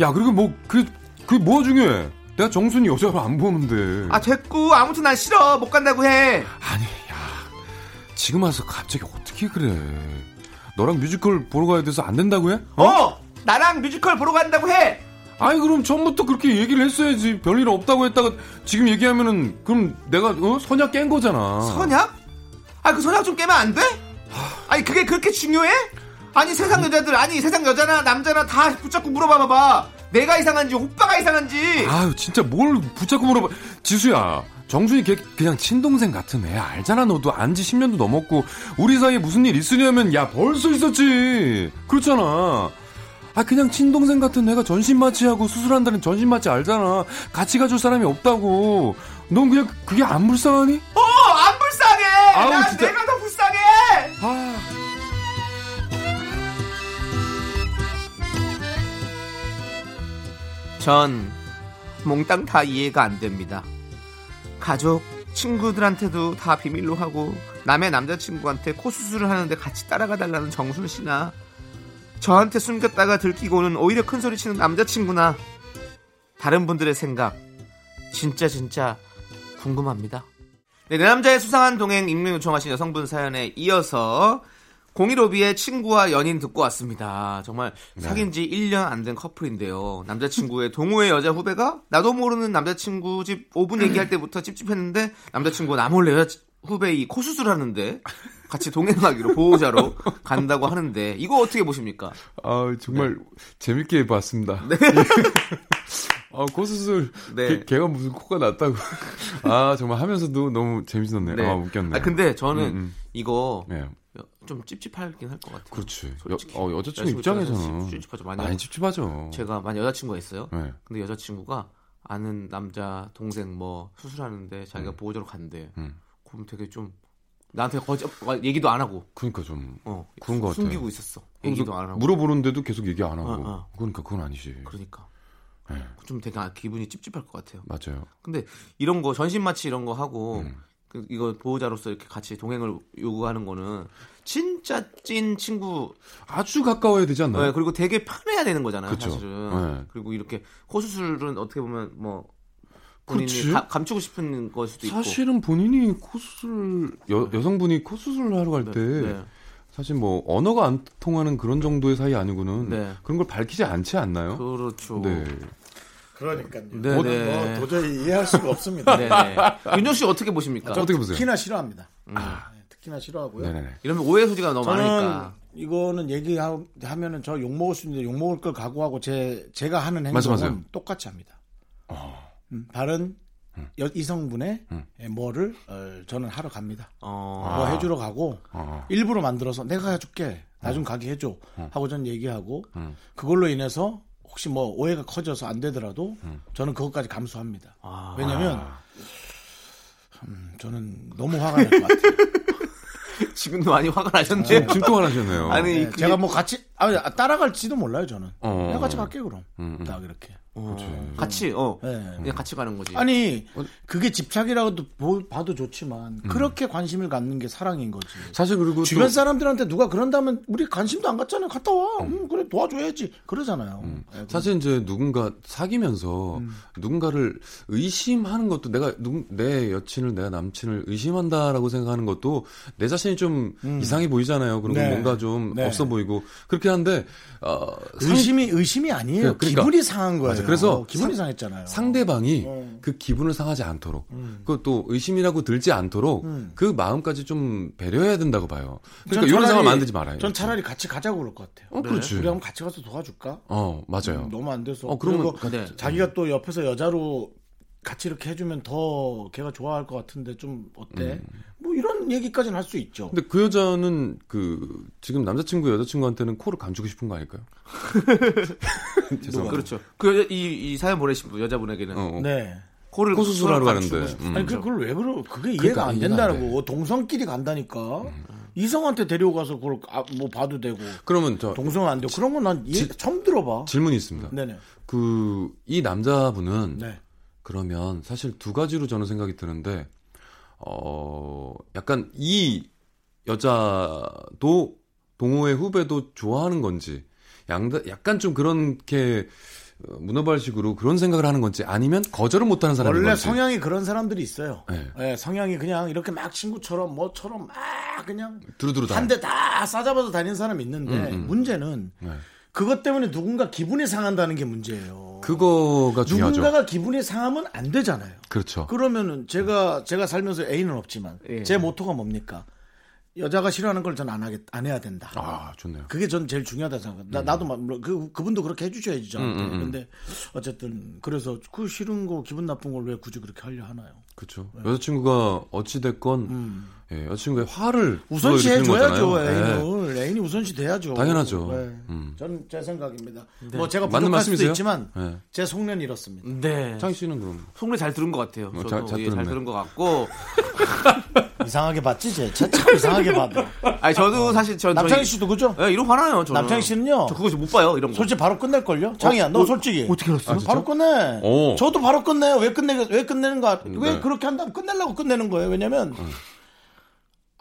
Speaker 9: 야 그리고 뭐 그 그게 뭐가 중요해 내가 정순이 여자로 안 보는데
Speaker 2: 아 됐고 아무튼 난 싫어 못 간다고 해
Speaker 9: 지금 와서 갑자기 어떻게 그래? 너랑 뮤지컬 보러 가야 돼서 안 된다고 해?
Speaker 2: 어? 나랑 뮤지컬 보러 간다고 해!
Speaker 9: 아니 그럼 처음부터 그렇게 얘기를 했어야지 별일 없다고 했다가 지금 얘기하면은 그럼 내가 어? 선약 깬 거잖아
Speaker 2: 선약? 아 그 선약 좀 깨면 안 돼? 아니 그게 그렇게 중요해? 아니 세상 여자들 아니 세상 여자나 남자나 다 붙잡고 물어봐봐봐 내가 이상한지 오빠가 이상한지
Speaker 9: 아유 진짜 뭘 붙잡고 물어봐 지수야 정순이 걔 그냥 친동생 같은 애 알잖아 너도 안지 10년도 넘었고 우리 사이에 무슨 일 있으려면 야 벌써 있었지 그렇잖아 아 그냥 친동생 같은 애가 전신마취하고 수술한다는 전신마취 알잖아 같이 가줄 사람이 없다고 넌 그냥 그게 안 불쌍하니?
Speaker 2: 어 안 불쌍해
Speaker 9: 아우,
Speaker 2: 난
Speaker 9: 진짜.
Speaker 2: 내가 더 불쌍해
Speaker 9: 아,
Speaker 2: 전 몽땅 다 이해가 안 됩니다. 가족, 친구들한테도 다 비밀로 하고 남의 남자친구한테 코 수술을 하는데 같이 따라가 달라는 정순 씨나 저한테 숨겼다가 들키고는 오히려 큰 소리 치는 남자친구나 다른 분들의 생각 진짜 진짜 궁금합니다. 네, 내 남자의 수상한 동행 익명 요청하신 여성분 사연에 이어서 015B의 친구와 연인 듣고 왔습니다. 정말
Speaker 9: 네.
Speaker 2: 사귄 지 1년 안 된 커플인데요. 남자친구의 동호회 여자 후배가 나도 모르는 남자친구 집 5분 얘기할 때부터 찝찝했는데 남자친구 나 몰래 여자 후배 이 코수술 하는데 같이 동행하기로 보호자로 간다고 하는데 이거 어떻게 보십니까?
Speaker 9: 아 정말 재밌게 봤습니다. 아 고수술
Speaker 2: 네.
Speaker 9: 걔, 가 무슨 코가 났다고. 아 정말 하면서도 너무 재밌었네요.
Speaker 2: 네.
Speaker 9: 아 웃겼네.
Speaker 2: 아, 근데 저는 이거
Speaker 9: 네.
Speaker 2: 여- 좀 찝찝하긴 할 것 같아요.
Speaker 9: 그렇지.
Speaker 2: 솔직히.
Speaker 9: 여- 어, 여자친구 입장에서는
Speaker 2: 찝- 찝찝하죠.
Speaker 9: 많이 찝찝하죠.
Speaker 2: 제가 만약 여자친구가 있어요.
Speaker 9: 네.
Speaker 2: 근데 여자친구가 아는 남자 동생 뭐 수술하는데 자기가 보호자로 간대.
Speaker 9: 음.
Speaker 2: 그럼 되게 좀 나한테 거짓 어, 얘기도 안 하고
Speaker 9: 그러니까 좀
Speaker 2: 어,
Speaker 9: 그런 것 같아.
Speaker 2: 숨기고 있었어. 얘기도 안 하고.
Speaker 9: 물어보는데도 계속 얘기 안 하고.
Speaker 2: 어, 어.
Speaker 9: 그러니까 그건 아니지.
Speaker 2: 그러니까
Speaker 9: 예.
Speaker 2: 좀 되게 아- 기분이 찝찝할 것 같아요.
Speaker 9: 맞아요.
Speaker 2: 근데 이런 거 전신 마취 이런 거 하고
Speaker 9: 음.
Speaker 2: 그- 이거 보호자로서 이렇게 같이 동행을 요구하는 거는 진짜 찐 친구
Speaker 9: 아주 가까워야 되지 않나요?
Speaker 2: 네, 그리고 되게 편해야 되는 거잖아요,
Speaker 9: 그쵸.
Speaker 2: 사실은.
Speaker 9: 네.
Speaker 2: 그리고 이렇게 코수술은 어떻게 보면 뭐 본인이
Speaker 9: 그치.
Speaker 2: 가- 감추고 싶은 걸 수도 있고.
Speaker 9: 사실은 본인이 코수술 여, 여성분이 코수술을 하러 갈 때
Speaker 2: 네.
Speaker 9: 사실 뭐 언어가 안 통하는 그런 정도의 사이 아니고는
Speaker 2: 네.
Speaker 9: 그런 걸 밝히지 않지 않나요?
Speaker 2: 그렇죠.
Speaker 9: 네.
Speaker 1: 그러니까요.
Speaker 2: 네,
Speaker 1: 뭐,
Speaker 2: 네.
Speaker 1: 뭐 도저히 이해할 수가 없습니다.
Speaker 2: 네, 네. 윤정 씨 어떻게 보십니까?
Speaker 9: 어떻게 보세요?
Speaker 1: 특히나 싫어합니다.
Speaker 2: 음.
Speaker 1: 네, 특히나 싫어하고요.
Speaker 9: 네네네.
Speaker 2: 이러면 오해 소지가 너무
Speaker 1: 저는
Speaker 2: 많으니까.
Speaker 1: 이거는 얘기하면은 저 욕 먹을 수 있는데 욕 먹을 걸 각오하고 제 제가 하는 행동은
Speaker 9: 말씀하세요.
Speaker 1: 똑같이 합니다. 음, 다른 여- 이성분의 예, 뭐를 어, 저는 하러 갑니다.
Speaker 2: 어.
Speaker 1: 뭐 해주러 가고
Speaker 9: 어.
Speaker 1: 일부러 만들어서 내가 해줄게 나중 가게 해줘 하고 전 얘기하고
Speaker 9: 음.
Speaker 1: 그걸로 인해서 혹시 뭐 오해가 커져서 안 되더라도 저는 그것까지 감수합니다. 왜냐면 음, 저는 너무 화가 날 것 같아요.
Speaker 2: 지금도 많이 화가 나셨네요.
Speaker 9: 어, 지금 또 화나셨네요.
Speaker 2: 아니,
Speaker 1: 네,
Speaker 2: 그게-
Speaker 1: 제가 뭐 같이 아니, 따라갈지도 몰라요 저는.
Speaker 9: 어.
Speaker 1: 그냥 같이 갈게 그럼.
Speaker 9: 음, 음.
Speaker 1: 딱 이렇게.
Speaker 2: 뭐
Speaker 9: 뭐-
Speaker 2: 같이 어
Speaker 1: 네.
Speaker 2: 그냥 같이 가는
Speaker 9: 예.
Speaker 2: 거지.
Speaker 1: 아니 그게 집착이라고도 보- 봐도 좋지만 그렇게 관심을 갖는 게 사랑인 거지.
Speaker 9: 음. 사실 그리고
Speaker 1: 주변
Speaker 9: 또-
Speaker 1: 사람들한테 누가 그런다면 우리 관심도 안 갖잖아요. 갔다 와. 음, 그래 도와줘야지. 그러잖아요.
Speaker 9: 음.
Speaker 1: 예.
Speaker 9: 사실 이제 누군가 사귀면서
Speaker 1: 음.
Speaker 9: 누군가를 의심하는 것도 내가 누군 내 여친을 내가 남친을 의심한다라고 생각하는 것도 내 자신이 좀 이상해 보이잖아요. 그리고
Speaker 1: 음. 네.
Speaker 9: 뭔가 좀
Speaker 1: 네.
Speaker 9: 없어 보이고 그렇게 한데 어,
Speaker 1: 의심이 의심이 아니에요.
Speaker 9: 그러니까.
Speaker 1: 기분이 상한 거예요.
Speaker 9: 맞아. 그래서
Speaker 1: 기분이
Speaker 9: 상-
Speaker 1: 상했잖아요.
Speaker 9: 상대방이
Speaker 1: 어.
Speaker 9: 그 기분을 상하지 않도록 그것도 의심이라고 들지 않도록
Speaker 1: 음.
Speaker 9: 그 마음까지 좀 배려해야 된다고 봐요. 그러니까
Speaker 1: 전
Speaker 9: 이런
Speaker 1: 차라리-
Speaker 9: 상황 만들지 말아요.
Speaker 1: 전 차라리 같이 가자고 그럴 것 같아요.
Speaker 9: 어, 그렇지.
Speaker 1: 우리 한번 같이 가서 도와줄까?
Speaker 9: 어 맞아요.
Speaker 1: 음, 너무 안 돼서.
Speaker 9: 어,
Speaker 1: 그리고
Speaker 9: 그러면 음. 근데-
Speaker 1: 자기가 또 옆에서 여자로 같이 이렇게 해주면 더 걔가 좋아할 것 같은데 좀 어때?
Speaker 9: 음.
Speaker 1: 뭐 이런 얘기까지는 할 수 있죠.
Speaker 9: 근데 그 여자는 그 지금 남자친구 여자친구한테는 코를 감추고 싶은 거 아닐까요? 죄송합니다.
Speaker 2: 그렇죠. 그 이 사연 보내신 분 여자분에게는
Speaker 9: 어, 어.
Speaker 1: 네.
Speaker 2: 코를
Speaker 9: 코 수술하러
Speaker 2: 감추고
Speaker 9: 가는데.
Speaker 2: 싶-
Speaker 9: 음.
Speaker 1: 아니 그- 그걸 왜 그러? 그게
Speaker 9: 그러니까
Speaker 1: 이해가 안
Speaker 9: 이해가 안 음.
Speaker 1: 된다고. 어, 동성끼리 간다니까. 이성한테 데리고 가서 그걸 아, 뭐 봐도 되고.
Speaker 9: 그러면 저
Speaker 1: 동성 안 되고 그런 건 난 이해 처음 들어봐.
Speaker 9: 질문이 있습니다.
Speaker 1: 네네.
Speaker 9: 그 이 남자분은
Speaker 1: 네.
Speaker 9: 그러면 사실 두 가지로 저는 생각이 드는데 어 약간 이 여자도 동호회 후배도 좋아하는 건지 양다 약간 좀 그렇게 어, 문어발식으로 그런 생각을 하는 건지 아니면 거절을 못하는 사람인
Speaker 1: 원래
Speaker 9: 건지
Speaker 1: 성향이 그런 사람들이 있어요.
Speaker 9: 네.
Speaker 1: 예, 성향이 그냥 이렇게 막 친구처럼 뭐처럼 막 그냥
Speaker 9: 두루두루 다
Speaker 1: 한 대 다 싸잡아서 다니는 사람이 있는데
Speaker 9: 네. 음, 음.
Speaker 1: 문제는
Speaker 9: 네.
Speaker 1: 그것 때문에 누군가 기분이 상한다는 게 문제예요.
Speaker 9: 그거가 중요하죠.
Speaker 1: 누군가가 기분이 상하면 안 되잖아요.
Speaker 9: 그렇죠. 음.
Speaker 1: 그러면은 제가 제가 살면서 애인은 없지만
Speaker 9: 예.
Speaker 1: 제 모토가 뭡니까? 여자가 싫어하는 걸 전 안 하겠 안 해야 된다.
Speaker 9: 아 좋네요.
Speaker 1: 그게 전 제일 중요하다 생각해. 나 나도 막 물론 그 그분도 그렇게 해주셔야지 저한테.
Speaker 9: 음, 음, 음.
Speaker 1: 근데 어쨌든 그래서 그 싫은 거 기분 나쁜 걸 왜 굳이 그렇게 하려 하나요?
Speaker 9: 그렇죠. 여자친구가 어찌 됐건 예, 여자친구의 화를
Speaker 1: 음. 우선시
Speaker 9: 불러일으키는
Speaker 1: 해줘야죠
Speaker 9: 거잖아요. 예.
Speaker 1: 애인을 애인이 우선시 돼야죠.
Speaker 9: 당연하죠.
Speaker 1: 네.
Speaker 9: 음.
Speaker 1: 저는 제 생각입니다.
Speaker 2: 네.
Speaker 1: 뭐 제가
Speaker 9: 맞는
Speaker 1: 부족할 수도
Speaker 9: 말씀이세요?
Speaker 1: 있지만
Speaker 9: 네.
Speaker 1: 제 속내는 이렇습니다.
Speaker 2: 네.
Speaker 9: 창희 씨는 그럼
Speaker 2: 속내 잘 들은 것 같아요.
Speaker 9: 어,
Speaker 2: 저도
Speaker 9: 잘- 잘
Speaker 2: 예, 잘
Speaker 9: 들었네.
Speaker 2: 들은 것 같고.
Speaker 1: 이상하게 봤지 쟤. 쟤참 이상하게 봐도.
Speaker 2: 아니 저도
Speaker 9: 어.
Speaker 2: 사실 전
Speaker 1: 남창희
Speaker 2: 저희-
Speaker 1: 씨도 그죠?
Speaker 2: 예, 이런 거 화나요. 저는.
Speaker 1: 남창희 씨는요?
Speaker 2: 저 그거 못 봐요. 이런 거.
Speaker 1: 솔직히 바로 끝낼 걸요? 장이야, 너
Speaker 2: 어,
Speaker 1: 솔직히
Speaker 2: 어떻게 알았어요? 아, 진짜?
Speaker 1: 바로 끝내.
Speaker 2: 오.
Speaker 1: 저도 바로 끝내요. 왜 끝내? 왜 끝내는 거? 알- 왜
Speaker 9: 네.
Speaker 1: 그렇게 한다면 끝내려고 끝내는 거예요. 왜냐면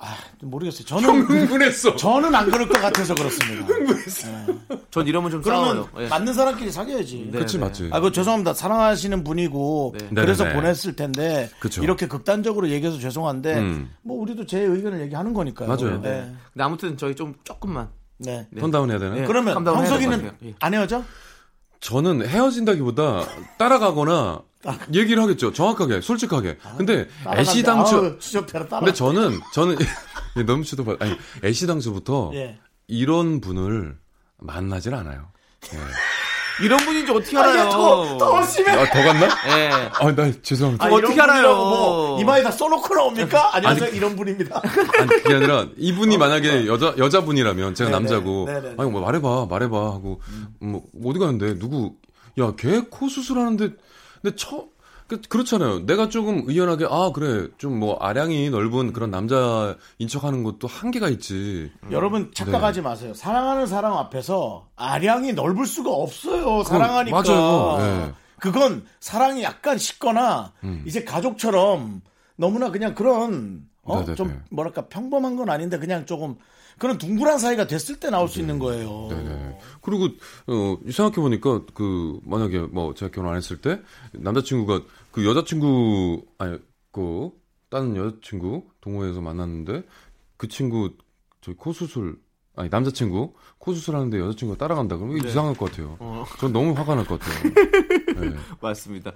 Speaker 1: 아 모르겠어요. 저는
Speaker 9: 흥분했어.
Speaker 1: 저는 안 그럴 것 같아서 그렇습니다.
Speaker 2: 전 이러면 좀
Speaker 1: 그러면
Speaker 2: 싸워요. 예.
Speaker 1: 맞는 사람끼리 사귀어야지.
Speaker 2: 네, 그치, 네. 맞지.
Speaker 1: 아, 그 죄송합니다. 사랑하시는 분이고 그래서
Speaker 9: 네네네.
Speaker 1: 보냈을 텐데
Speaker 9: 그쵸.
Speaker 1: 이렇게 극단적으로 얘기해서 죄송한데
Speaker 9: 음.
Speaker 1: 뭐 우리도 제 의견을 얘기하는 거니까요.
Speaker 9: 맞아요.
Speaker 1: 네.
Speaker 2: 근데 아무튼 저희 좀 조금만.
Speaker 1: 네.
Speaker 2: 네.
Speaker 9: 톤 다운해야 되나요?
Speaker 2: 예,
Speaker 1: 그러면
Speaker 2: 캄다운 해야 될것
Speaker 1: 형석이는
Speaker 2: 같아요. 예.
Speaker 1: 안 헤어져?
Speaker 9: 저는 헤어진다기보다 따라가거나
Speaker 1: 아.
Speaker 9: 얘기를 하겠죠. 정확하게, 솔직하게. 근데 애시당초.
Speaker 1: 추적대로 아, 따라.
Speaker 9: 근데 저는 저는 예, 너무 추도 받. 아니 애시당초부터
Speaker 1: 예.
Speaker 9: 이런 분을 만나질 않아요.
Speaker 2: 이런 분인지 어떻게
Speaker 1: 아, 이게
Speaker 2: 알아요?
Speaker 1: 더- 더 심해.
Speaker 9: 아, 더 갔나?
Speaker 2: 예.
Speaker 9: 아, 나 죄송합니다.
Speaker 1: 아,
Speaker 2: 어떻게
Speaker 1: 이런 분이라고
Speaker 2: 알아요?
Speaker 1: 뭐 이마에다 써놓고 나옵니까? 안녕하세요
Speaker 9: 아니,
Speaker 1: 이런 분입니다.
Speaker 9: 아니, 그게 아니라 이분이 만약에 여자 여자분이라면 제가
Speaker 1: 어, 네네.
Speaker 9: 남자고
Speaker 1: 네네네. 음.
Speaker 9: 아니 뭐 말해봐 말해봐 하고 뭐 어디 가는데 누구 야 걔 코 수술하는데 근데 처 그- 그렇잖아요. 내가 조금 의연하게 아 그래 좀 뭐 아량이 넓은 그런 남자인 척하는 것도 한계가 있지.
Speaker 1: 여러분 착각하지
Speaker 9: 네.
Speaker 1: 마세요. 사랑하는 사람 앞에서 아량이 넓을 수가 없어요. 사랑하니까.
Speaker 9: 맞아요. 네. 음.
Speaker 1: 그건 사랑이 약간 식거나 이제 가족처럼 너무나 그냥 그런 어?
Speaker 9: 네네네.
Speaker 1: 좀 뭐랄까 평범한 건 아닌데 그냥 조금 그런 둥그런 사이가 됐을 때 나올 수 있는 거예요.
Speaker 9: 네. 네네. 그리고 어 생각해 보니까 그 만약에 뭐 제가 결혼 안 했을 때 남자친구가 그 여자친구 아니 그 다른 여자친구 동호회에서 만났는데 그 친구 저기 코 수술 아니 남자친구 코 수술하는데 여자친구가 따라간다 그러면 이거 이상할 것 같아요. 전 너무 화가 날 것 같아요. 네.
Speaker 2: 맞습니다.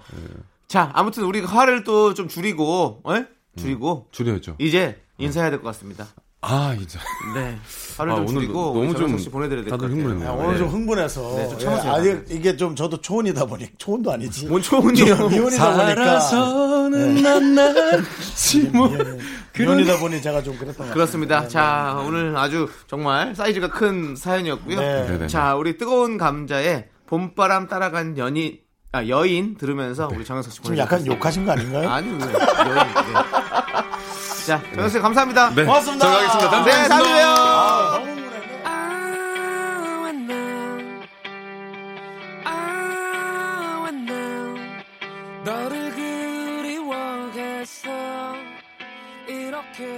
Speaker 2: 자, 아무튼 우리 화를 또 좀 줄이고, 예?
Speaker 9: 음.
Speaker 2: 줄이고
Speaker 9: 줄여야죠.
Speaker 2: 이제 인사해야 될 것 같습니다.
Speaker 9: 아 이제
Speaker 2: 네. 화를
Speaker 9: 아,
Speaker 2: 좀
Speaker 9: 오늘
Speaker 2: 줄이고
Speaker 9: 너무
Speaker 2: 우리 정혜석
Speaker 9: 좀
Speaker 2: 씨 보내드려야 될 것
Speaker 9: 다들
Speaker 2: 같아요.
Speaker 9: 흥분했네요.
Speaker 1: 야, 오늘 좀 흥분해서
Speaker 2: 네, 좀 참으세요.
Speaker 1: 예, 아직 이게 좀 저도 초혼이다 보니 초혼도 아니지.
Speaker 2: 뭔
Speaker 1: 미혼이다
Speaker 2: 초혼이요?
Speaker 1: 보니까 예,
Speaker 9: 살아서는 난날 지모
Speaker 1: 미혼이다 보니 제가 좀 그랬던 것 같아요.
Speaker 2: 그렇습니다. 자, 오늘 아주 정말 사이즈가 큰 사연이었고요.
Speaker 1: 네.
Speaker 9: 네네네.
Speaker 2: 자, 우리 뜨거운 감자의 봄바람 따라간 연인, 아, 여인 들으면서 우리 정영석 씨
Speaker 1: 지금
Speaker 2: 보내드릴게요.
Speaker 1: 약간 욕하신 거 아닌가요?
Speaker 2: 아니, 왜? 여인. 네. 어? 자, 정혁 씨 감사합니다.
Speaker 9: 네,
Speaker 2: 고맙습니다.
Speaker 9: 저 가겠습니다. 다음에
Speaker 2: 네, 다음에 봬요.
Speaker 9: 뵙겠습니다. 아,
Speaker 6: Oh, and now. Oh, and now. 너를 그리워했어. 이렇게.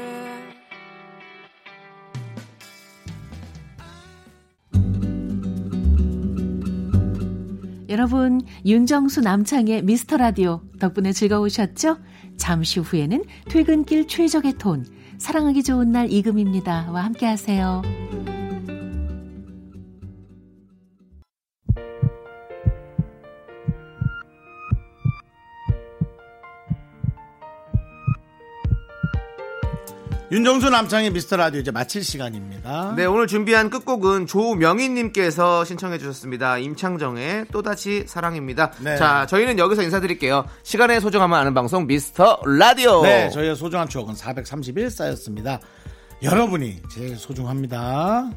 Speaker 11: 여러분, 윤정수 남창의 미스터 라디오 덕분에 즐거우셨죠? 잠시 후에는 퇴근길 최적의 톤, 사랑하기 좋은 날 이금입니다와 함께 하세요.
Speaker 1: 윤정수 남창의 미스터 라디오 이제 마칠 시간입니다.
Speaker 2: 네, 오늘 준비한 끝곡은 조명희님께서 신청해주셨습니다. 임창정의 또다시 사랑입니다.
Speaker 1: 네.
Speaker 2: 자, 저희는 여기서 인사드릴게요. 시간의 소중함을 아는 방송 미스터 라디오.
Speaker 1: 네, 저희의 소중한 추억은 431사였습니다. 여러분이 제일 소중합니다.